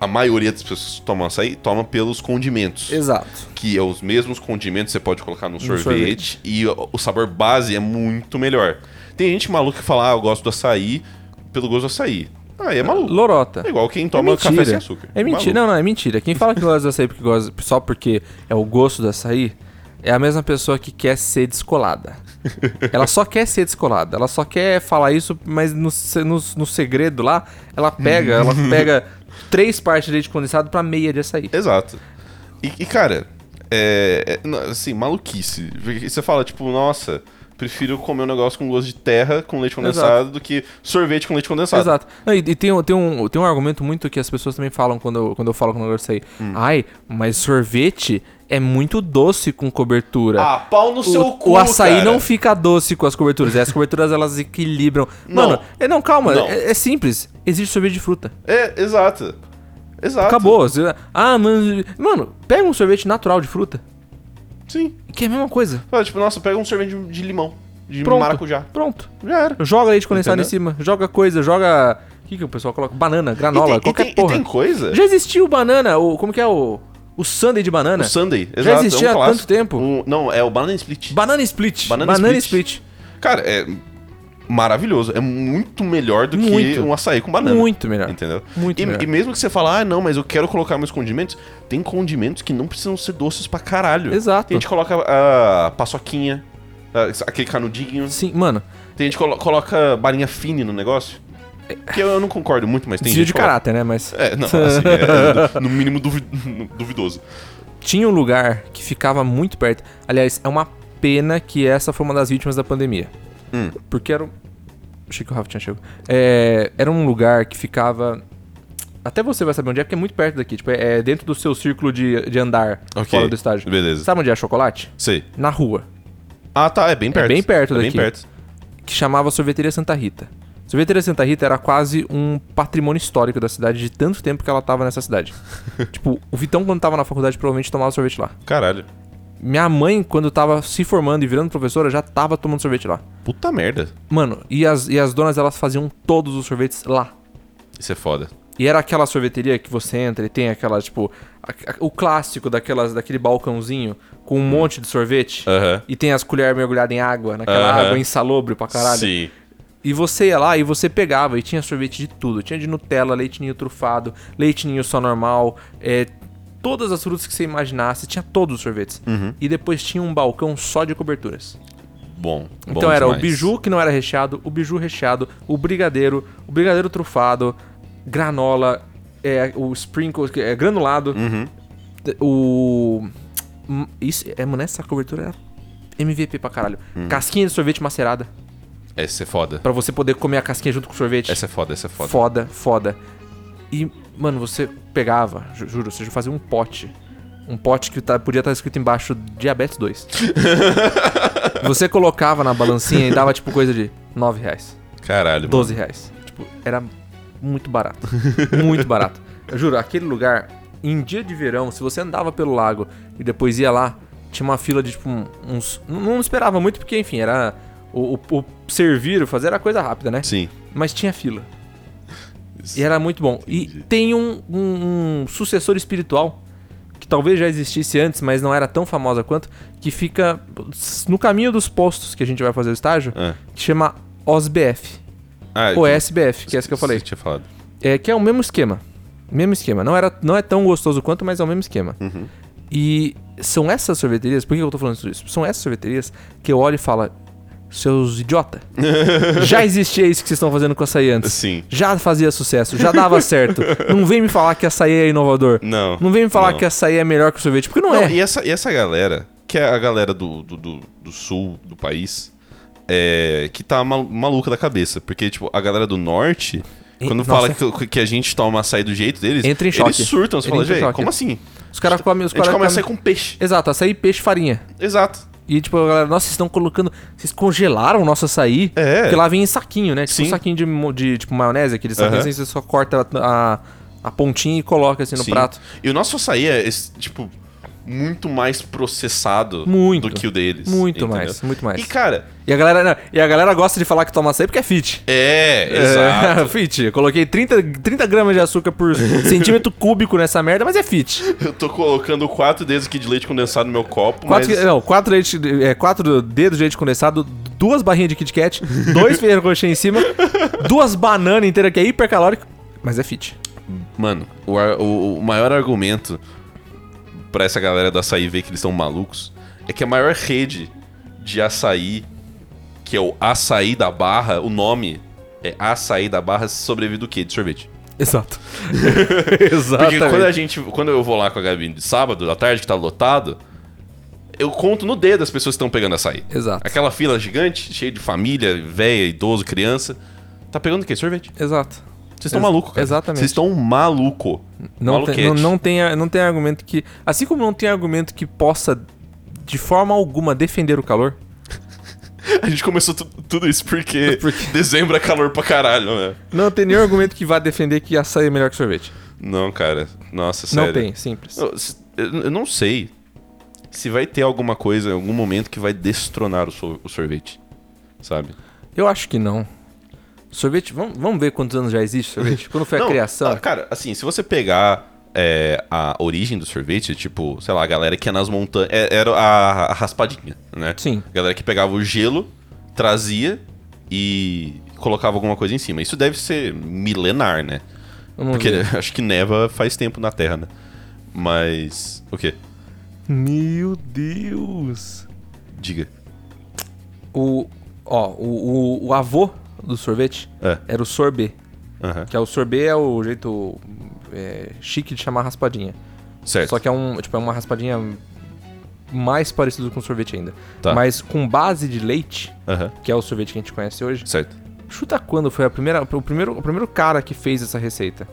a maioria das pessoas que tomam açaí, toma pelos condimentos. Exato. que é os mesmos condimentos que você pode colocar no sorvete, sorvete. e o o sabor base é muito melhor. Tem gente maluca que fala, ah, eu gosto do açaí pelo gosto do açaí. Ah, é maluco. Lorota. É igual quem toma café sem açúcar. É mentira. Maluco. Não, não, é mentira. Quem fala que gosta do açaí porque gosta, só porque é o gosto do açaí é a mesma pessoa que quer ser descolada. ela só quer ser descolada. Ela só quer falar isso, mas no, se- no, no segredo lá, ela pega, ela Uhum. pega três partes de leite condensado pra meia de açaí. Exato. E, e, cara, é, é, não, assim, maluquice. Porque Você fala, tipo, nossa, prefiro comer um negócio com gosto de terra com leite condensado do que sorvete com leite condensado. Exato. Não, E, e tem, um- tem, um, tem um argumento muito que as pessoas também falam quando eu, quando eu falo com o negócio aí. Hum. Ai, mas sorvete é muito doce com cobertura. Ah, pau no o, seu o cu, açaí cara. não fica doce com as coberturas. E as coberturas elas equilibram. Não. Mano, é, não, calma. Não. É, é simples. Existe sorvete de fruta. É, exato. Exato. Acabou. Você- Ah, mano. Mano, pega um sorvete natural de fruta. Sim. Que é a mesma coisa. Fala, tipo, nossa, pega um sorvete de, de limão, de Pronto. maracujá. Pronto. Já era. Joga leite condensado Entendeu? em cima. Joga coisa. Joga. O que, que o pessoal coloca? Banana, granola, E tem- qualquer e tem, porra. E tem coisa? Já existiu banana. O, como que é o. O sundae de banana? O Sunday, exato. Já existia é um há clássico. tanto tempo. Um- não, é o Banana Split. Banana split. Banana Banana, split. split. Cara, é. maravilhoso. É muito melhor do que Muito. um açaí com banana. Muito melhor. Entendeu? Muito e, melhor. e mesmo que você fala, ah, não, mas eu quero colocar meus condimentos, tem condimentos que não precisam ser doces pra caralho. Exato. Tem gente que coloca a paçoquinha, ah, aquele canudinho. Sim, mano, Tem gente que colo- coloca balinha fine no negócio. Que eu, eu não concordo muito, mas tem desvio gente de que coloca. caráter, né? Mas É, não, assim, é, no mínimo duvi- duvidoso. tinha um lugar que ficava muito perto. Aliás, é uma pena que essa foi uma das vítimas da pandemia. Hum. Porque era um. Achei que o Rafa tinha chegado. É, era um lugar que ficava. Até você vai saber onde é, porque é muito perto daqui. Tipo, é é dentro do seu círculo de, de andar Ok, fora do estádio. beleza. Sabe onde é chocolate? Sei. Na rua. Ah, tá, é bem perto. bem perto é daqui. bem perto. que chamava Sorveteria Santa Rita. Sorveteria Santa Rita era quase um patrimônio histórico da cidade de tanto tempo que ela tava nessa cidade. tipo, o Vitão, quando tava na faculdade, provavelmente tomava sorvete lá. Caralho. Minha mãe, quando tava se formando e virando professora, já tava tomando sorvete lá. Puta merda. Mano, e as, e as donas, elas faziam todos os sorvetes lá. Isso é foda. E era aquela sorveteria que você entra e tem aquela, tipo, a- a- o clássico daquelas, daquele balcãozinho com um monte de sorvete. Aham. E tem as colheres mergulhadas em água, naquela É. Aham. água insalubre pra caralho. Sim. E você ia lá e você pegava e tinha sorvete de tudo. Tinha de Nutella, leite ninho trufado, leite ninho só normal, é, todas as frutas que você imaginasse, tinha todos os sorvetes. Uhum. E depois tinha um balcão só de coberturas. Bom. Então bom era demais. o biju que não era recheado, o biju recheado, o brigadeiro, o brigadeiro trufado, granola, é, o sprinkle que é, granulado, Uhum. t- o... hum, Isso, é, mano, essa cobertura é era MVP pra caralho. Hum. Casquinha de sorvete macerada, Essa é foda. Pra você poder comer a casquinha junto com o sorvete. Essa é foda, essa é foda. Foda, foda. E, mano, você pegava, ju- juro, você fazia um pote. Um pote que tá- podia estar escrito embaixo diabetes 2. você colocava na balancinha e dava tipo coisa de 9 reais, Caralho. 12 reais. Tipo, era muito barato. Muito barato. Eu juro, aquele lugar, em dia de verão, se você andava pelo lago e depois ia lá, tinha uma fila de tipo um- uns. Não não esperava muito, porque, enfim, era. O, o- o servir, o fazer era coisa rápida, né? Sim. Mas tinha fila. Isso. E era muito bom. Entendi. E tem um, um- um sucessor espiritual, que talvez já existisse antes, mas não era tão famosa quanto, que fica no caminho dos postos que a gente vai fazer o estágio, Ah. que chama OSBF. Ah, Ou SBF, que é essa que eu falei. Você tinha falado. É, que é o mesmo esquema. Mesmo esquema. Não, era, não é tão gostoso quanto, mas é o mesmo esquema. Uhum. E são essas sorveterias, por que eu tô falando isso? São essas sorveterias que eu olho e falo, seus idiota, já existia isso que vocês estão fazendo com açaí antes. Sim. Já fazia sucesso, já dava certo. Não vem me falar que açaí é inovador. Não. Não vem me falar não. que açaí é melhor que o sorvete, porque não, Não, é. e, essa, e essa galera, que é a galera do, do, do- do sul do país, é, que tá mal- maluca da cabeça. Porque, tipo, a galera do norte, E- quando nossa. é fala que, que a gente toma açaí do jeito deles, Entra em eles choque. surtam. Você Ele fala, entra em gente, choque. como assim? Os caras comem, os A gente caras come comem... açaí com peixe. Exato, açaí, peixe, farinha. Exato. E tipo, a galera, nossa, vocês estão colocando, vocês congelaram o nosso açaí, É. porque lá vem em saquinho, né? Tipo Sim. um saquinho de, mo- de, tipo maionese, aquele saquinho Aham. assim, você só corta a, a, a pontinha e coloca assim no Sim. prato. E o nosso açaí é, esse, tipo, muito mais processado Muito. do que o deles. Muito mais, muito mais. E, cara, E a galera, não, e a galera gosta de falar que toma açaí porque é fit. é, exato. É, fit. Eu coloquei 30, 30 gramas de açúcar por centímetro cúbico nessa merda, mas é fit. Eu tô colocando quatro dedos aqui de leite condensado no meu copo, Quatro, mas... que- Não, quatro, leite, é, quatro dedos de leite condensado, duas barrinhas de Kit Kat, dois ferro rocher em cima, duas bananas inteiras que é hipercalórico, mas é fit. Mano, o, ar- o- o maior argumento pra essa galera do açaí ver que eles são malucos é que a maior rede de açaí, que é o açaí da barra, o nome é açaí da barra, sobrevive do quê? De sorvete. Exato. Porque quando a Exatamente. gente. Quando eu vou lá com a Gabi de sábado, à tarde, que tá lotado, eu conto no dedo as pessoas que estão pegando açaí. Exato. Aquela fila gigante, cheia de família, velha, idoso, criança. Tá pegando o quê? Sorvete. Exato. Vocês estão Ex- malucos, cara. exatamente. Vocês estão maluco. Não tem, Maluquete. não, não tem, a- não tem argumento que. Assim como não tem argumento que possa, de forma alguma, defender o calor. A gente começou tu- tudo isso porque, Porque- dezembro é calor pra caralho, né? Não tem nenhum argumento que vá defender que açaí é melhor que sorvete. Não, cara. Nossa, sério. Não tem, simples. Eu, se- eu- eu não sei se vai ter alguma coisa em algum momento que vai destronar o, sor- o sorvete. Sabe? Eu acho que não. Sorvete, vamos, vamos ver quantos anos já existe sorvete? Quando foi é a Não, criação? ah, Cara, assim, se você pegar é, a origem do sorvete, tipo, sei lá, a galera que é nas montanhas. Era a, a raspadinha, né? Sim. A galera que pegava o gelo, trazia, e colocava alguma coisa em cima. Isso deve ser milenar, né? Vamos Porque ver. acho que neva faz tempo na Terra, né? Mas. O quê? Meu Deus! Diga. O, ó, o, o, o avô do sorvete É. era o sorbet. Aham. Que é o sorbet é o jeito é, chique de chamar raspadinha. Certo. Só que é, um, tipo, é uma raspadinha mais parecida com sorvete ainda. Tá. Mas com base de leite, Aham. que é o sorvete que a gente conhece hoje. Certo. Chuta quando foi a primeira, o, primeiro, o primeiro cara que fez essa receita.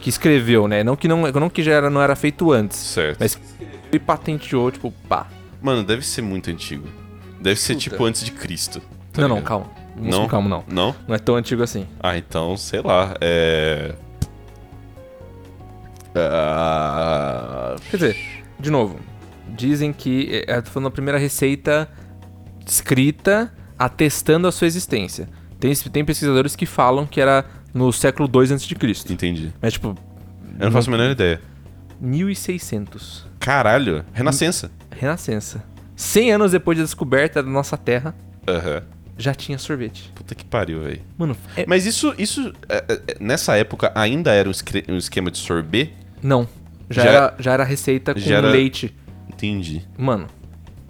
Que escreveu, né? Não que, não, não que já era, não era feito antes. Certo. Mas e patenteou, tipo, pá. Mano, deve ser muito antigo. Deve ser Puta. tipo antes de Cristo. tá não, não, ligado? calma. Vamos Não? com calma, não. Não? Não é tão antigo assim. Ah, então, sei lá. É. Ah, Quer dizer, de novo, dizem que. é, Eu tô falando a primeira receita escrita atestando a sua existência. Tem, tem pesquisadores que falam que era no século II a.C. entendi. Mas, tipo, Eu não faço a menor ideia. 1600. Caralho, Renascença. Renascença. 100 anos depois da descoberta da nossa terra, Aham. já tinha sorvete. Puta que pariu, velho. Mano, é- Mas isso, isso é, é, nessa época ainda era um, escre- um esquema de sorbet? não. Já, Já- era, já era receita com já era- leite. Entendi. Mano,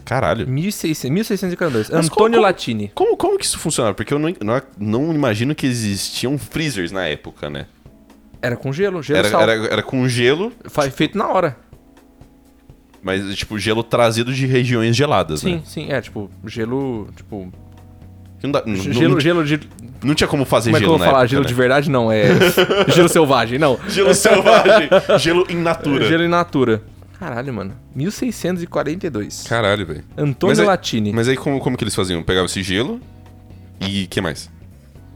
Caralho. 1600, 1642. Mas Antônio como- como- Latini. Como, como que isso funcionava? Porque eu não, não, não imagino que existiam freezers na época, né? Era com gelo, gelo Era, sal. era, tipo era com gelo, Fa- Feito na hora. mas tipo gelo trazido de regiões geladas, Sim, né? sim, é, tipo, gelo, tipo, Que Não, dá- não- ge- gelo, não- gelo de, não tinha como fazer como é que eu gelo vou na falar? época, gelo né? de verdade não, é gelo selvagem, não. Gelo selvagem, gelo in natura. Gelo in natura. Caralho, mano. 1642. Caralho, velho. Antônio Mas aí- Latini. Mas aí como, como que eles faziam? Pegavam esse gelo e que mais?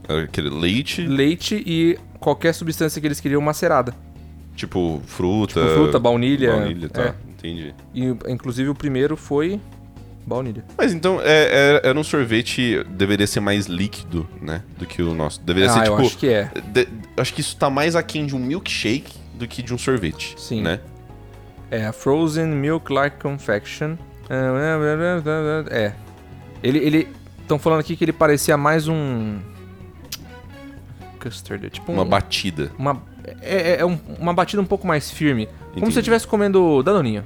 Era Aquele leite, Leite e qualquer substância que eles queriam macerada. tipo fruta. Tipo, fruta, baunilha, Baunilha, tá. é. Entendi. E, inclusive, o primeiro foi baunilha. Mas então, é, é- era um sorvete, deveria ser mais líquido, né? Do que o nosso. Deveria ah, ser eu tipo. acho que é. de- acho que isso tá mais aquém de um milkshake do que de um sorvete. Sim. Né? É, Frozen Milk Like Confection. É. Ele. ele Estão falando aqui que ele parecia mais um. Custard. é Tipo um, Uma batida. uma, é, é- é um- uma batida um pouco mais firme. Como Entendi. se você estivesse comendo danoninho.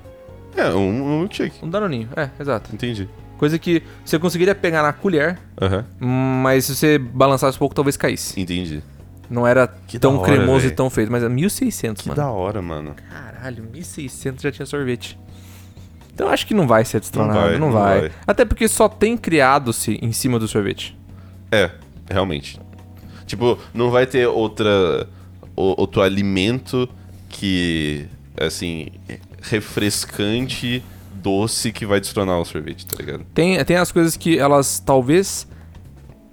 É, um, um milkshake. Um danoninho, é, exato. Entendi. Coisa que você conseguiria pegar na colher, Aham. mas se você balançasse um pouco, talvez caísse. Entendi. Não era Que tão da hora, cremoso véi. e tão feito, mas é 1600, Que mano. da hora, mano. Caralho, 1600 já tinha sorvete. Então acho que não vai ser destronado, não Não vai, vai, não vai. Até porque só tem criado-se em cima do sorvete. É, realmente. Tipo, não vai ter outra. o- outro alimento que. assim. refrescante, doce que vai destronar o sorvete, tá ligado? Tem, tem as coisas que elas talvez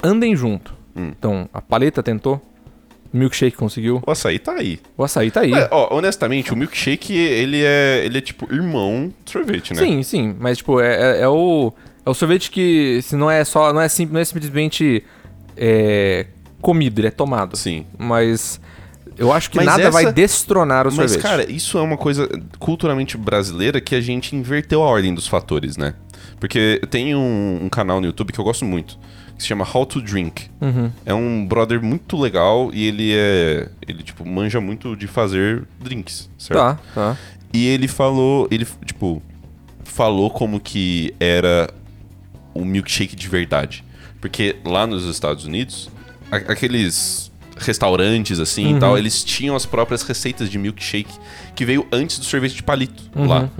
andem junto. Hum. Então, a paleta tentou, o milkshake conseguiu, O açaí tá aí. o açaí tá aí. É, ó, honestamente, o milkshake, ele é, ele é tipo irmão do sorvete, né? Sim, sim, mas tipo, é, é- é o. É o sorvete que se não é só. Não é, sim, não é simplesmente é, comido, ele é tomado. Sim. Mas eu acho que Mas nada essa- vai destronar o Mas, sorvete. cara, isso é uma coisa culturalmente brasileira que a gente inverteu a ordem dos fatores, né? Porque tem um, um canal no YouTube que eu gosto muito, que se chama How to Drink. É um brother muito legal e ele é. Ele, tipo, manja muito de fazer drinks, certo? Tá, tá. E ele falou, ele, tipo, falou como que era o milkshake de verdade. Porque lá nos Estados Unidos, a- aqueles restaurantes assim e tal, eles tinham as próprias receitas de milkshake que veio antes do sorvete de palito lá.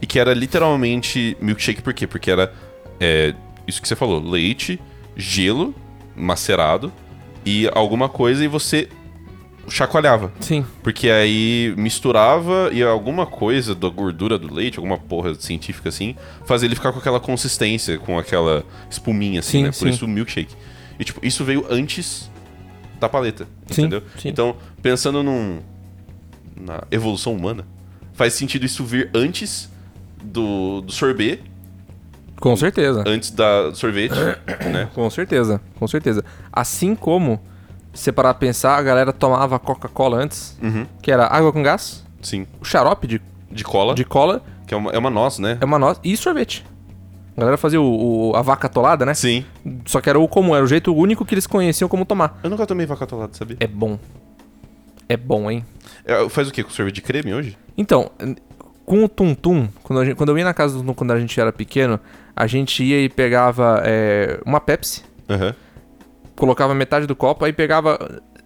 E que era literalmente milkshake por quê? Porque era é, isso que você falou, leite, gelo macerado e alguma coisa e você chacoalhava. Sim. Porque aí misturava e alguma coisa da gordura do leite, alguma porra científica assim, fazia ele ficar com aquela consistência, com aquela espuminha assim, Sim, né? Por sim. isso o milkshake. E tipo, isso veio antes da paleta, Sim, entendeu? sim. Então, pensando num na evolução humana, faz sentido isso vir antes do, do sorbet, Com certeza. antes da do sorvete, né? Com certeza, com certeza. Assim como, se você parar pra pensar, a galera tomava Coca-Cola antes, Uhum, que era água com gás, sim. o xarope de, De cola, de cola que é uma, é uma noz, né? é uma noz e sorvete. A galera fazia o, o- a vaca atolada, né? Sim. Só que era o comum, era o jeito único que eles conheciam como tomar. Eu nunca tomei vaca atolada, sabia? É bom. É bom, hein? É, Faz o quê? Com sorvete de creme hoje? Então, com o Tuntum, quando, a gente- quando eu ia na casa do Tuntum quando a gente era pequeno, a gente ia e pegava é, uma Pepsi, Aham. colocava metade do copo, aí pegava.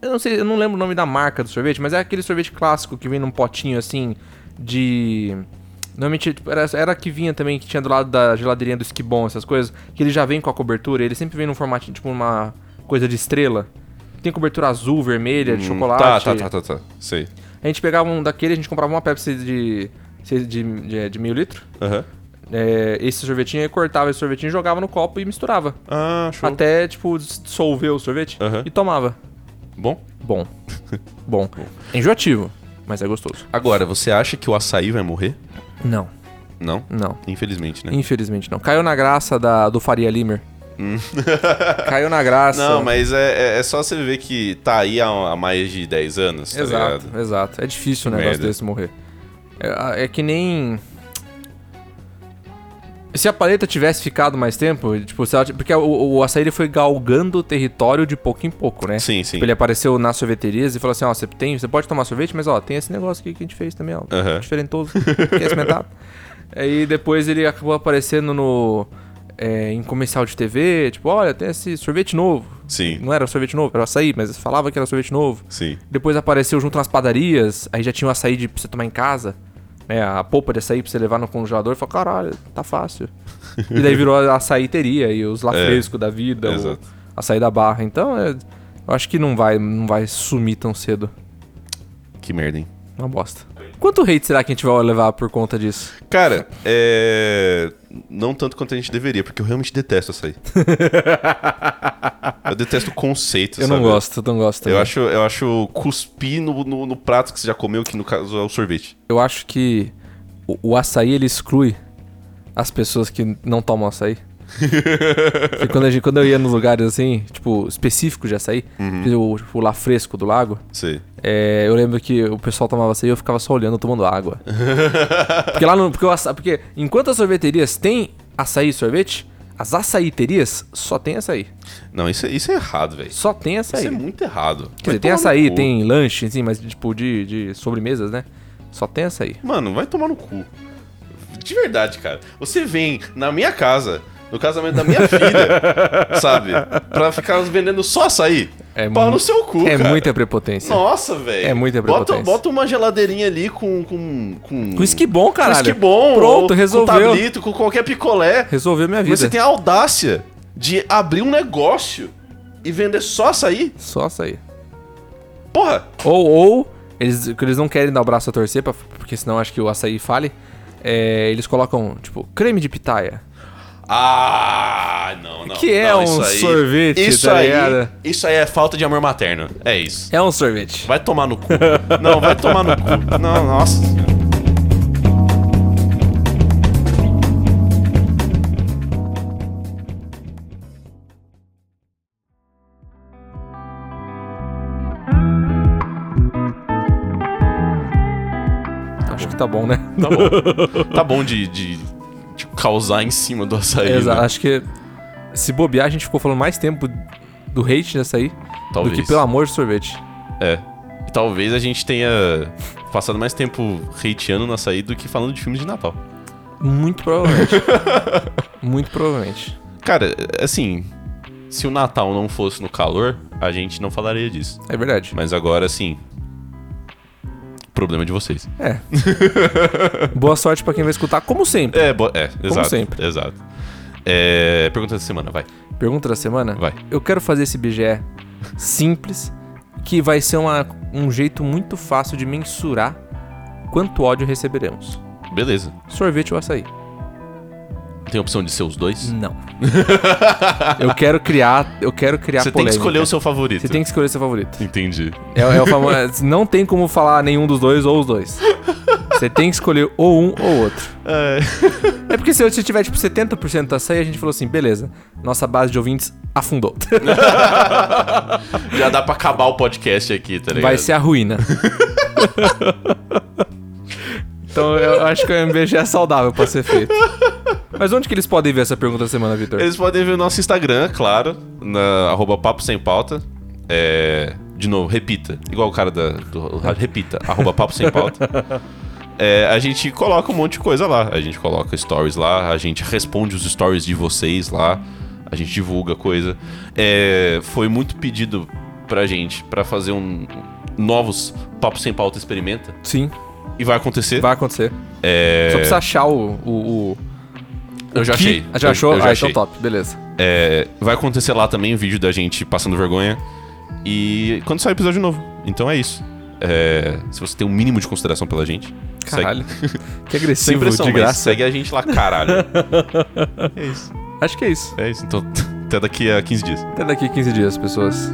Eu não sei, eu não lembro o nome da marca do sorvete, mas é aquele sorvete clássico que vem num potinho assim de. Normalmente tipo, era, era a que vinha também, que tinha do lado da geladeirinha do Esquibom, essas coisas, que ele já vem com a cobertura, ele sempre vem num formatinho, tipo uma coisa de estrela. Tem cobertura azul, vermelha, de Hum, chocolate. Tá, tá, tá, tá, tá. Sei. A gente pegava um daquele, a gente comprava uma Pepsi de, de, de- de meio litro. Aham. é, esse sorvetinho, aí cortava esse sorvetinho, jogava no copo e misturava. Ah, show. Até, tipo, dissolver o sorvete Aham. e tomava. Bom. Bom. Bom. Enjoativo, mas é gostoso. Agora, você acha que o açaí vai morrer? Não, Não? não. Infelizmente, né? Infelizmente não. Caiu na graça da, do Faria Limer. Caiu na graça. Hum. Não, mas é, é- é só você ver que tá aí há, há mais de 10 anos, tá Exato, ligado? exato. É difícil um Que negócio merda. desse morrer. É, é que nem. Se a paleta tivesse ficado mais tempo, tipo, se ela t- porque o, o açaí ele foi galgando o território de pouco em pouco, né? Sim, sim. Tipo, ele apareceu nas sorveterias e falou assim, ó, você tem, você pode tomar sorvete, mas ó, tem esse negócio aqui que a gente fez também, ó, Aham. diferentoso, quer experimentar? Aí depois ele acabou aparecendo no é, em comercial de TV, tipo, olha, tem esse sorvete novo. Sim, Não era sorvete novo, era açaí, mas falava que era sorvete novo. sim. Depois apareceu junto nas padarias, aí já tinha o açaí de, pra você tomar em casa, né? A polpa de açaí pra você levar no congelador. Falou, caralho, tá fácil. e daí virou a açaíteria e os lafresco da vida, o exato. açaí da barra. Então, é, eu acho que não vai, não vai sumir tão cedo. Que merda, hein? Uma bosta. Quanto hate será que a gente vai levar por conta disso? Cara, é. Não tanto quanto a gente deveria, porque eu realmente detesto açaí. eu detesto o conceito, Eu sabe? não gosto, eu não gosto. Eu também. acho, eu acho cuspir no, no, no prato que você já comeu, que no caso é o sorvete. Eu acho que o, o açaí ele exclui as pessoas que não tomam açaí. Porque quando, a gente- quando eu ia nos lugares assim, tipo, específicos de açaí, Uhum. o, tipo, o lá fresco do lago, Sei. é, eu lembro que o pessoal tomava açaí e eu ficava só olhando, tomando água. porque lá no. Porque, o aça- porque enquanto as sorveterias têm açaí e sorvete, as açaiterias só tem açaí. Não, isso, é- isso é errado, velho. Isso Só tem açaí. é muito errado. Quer dizer, tem Vai tomar no açaí, cu. tem lanche, assim, mas tipo, de, de sobremesas, né? Só tem açaí. Mano, vai tomar no cu. De verdade, cara. Você vem na minha casa, no casamento da minha filha, sabe? Pra ficar vendendo só açaí. É Pau mu- no seu cu, é cara. muita prepotência. Nossa, velho. É muita bota, prepotência. bota uma geladeirinha ali com. Com. Com, Com esquibom, caralho. Com esquibom. ou Pronto, Com resolveu. tablito, com qualquer picolé. Resolveu minha vida. Mas você tem a audácia de abrir um negócio e vender só açaí? Só sair. Porra! Ou, ou eles, que eles não querem dar o braço a torcer, pra- porque senão acho que o açaí fale. É, eles colocam, tipo, creme de pitaia. Ah, não, não. Que é não, um isso aí- sorvete, isso tá aí, ligado? Isso aí é falta de amor materno. É isso. É um sorvete. Vai tomar no cu. não, vai tomar no cu. Não, nossa. senhora. Acho que tá bom, né? Tá bom. Tá bom de, de, de causar em cima do açaí. Exato. né? Acho que se bobear, a gente ficou falando mais tempo do hate dessa aí Talvez. do que pelo amor de sorvete. É. E talvez a gente tenha passado mais tempo hateando no açaí do que falando de filmes de Natal. Muito provavelmente. Muito provavelmente. Cara, assim, se o Natal não fosse no calor, a gente não falaria disso. É verdade. Mas agora, assim. Problema de vocês. É. Boa sorte pra quem vai escutar, como sempre. É, bo- é exato. sempre. Exato. É, pergunta da semana, vai. Pergunta da semana? Vai. Eu quero fazer esse BGE simples, que vai ser uma- um jeito muito fácil de mensurar quanto ódio receberemos. Beleza. Sorvete ou açaí? Tem a opção de ser os dois? Não. eu quero criar, eu quero criar Você tem que polêmica. escolher o seu favorito. Você tem que escolher seu favorito. Entendi. É, é o famoso, não tem como falar nenhum dos dois ou os dois. Você tem que escolher ou um ou outro. É. É porque se você tiver tipo 70% da açaí, a gente falou assim, beleza, nossa base de ouvintes afundou. Já dá pra acabar o podcast aqui, tá ligado? Vai ser a ruína. então eu acho que é um MBG é saudável pra ser feito. Mas onde que eles podem ver essa pergunta da semana, Vitor? Eles podem ver o nosso Instagram, claro, na arroba papo sem pauta. É, de novo, repita. Igual o cara da. do- repita, arroba papo sem pauta. É, a gente coloca um monte de coisa lá. A gente coloca stories lá, a gente responde os stories de vocês lá, a gente divulga coisa. É, foi muito pedido pra gente pra fazer um novos Papo Sem Pauta Experimenta. Sim, E vai acontecer. vai acontecer. Só precisa achar o. o, o- eu É, já que- achei. Ah, Já Eu- achou? Eu, já ah, achei. então top, beleza. É, vai acontecer lá também o vídeo da gente passando vergonha. E quando sair episódio novo. Então é isso. É, se você tem um mínimo de consideração pela gente, Caralho. Que segue, sem agressivo, pressão, de mas graça. segue a gente lá, caralho. é isso. Acho que é isso. É isso. Então, até daqui a 15 dias. Até daqui 15 dias, pessoas.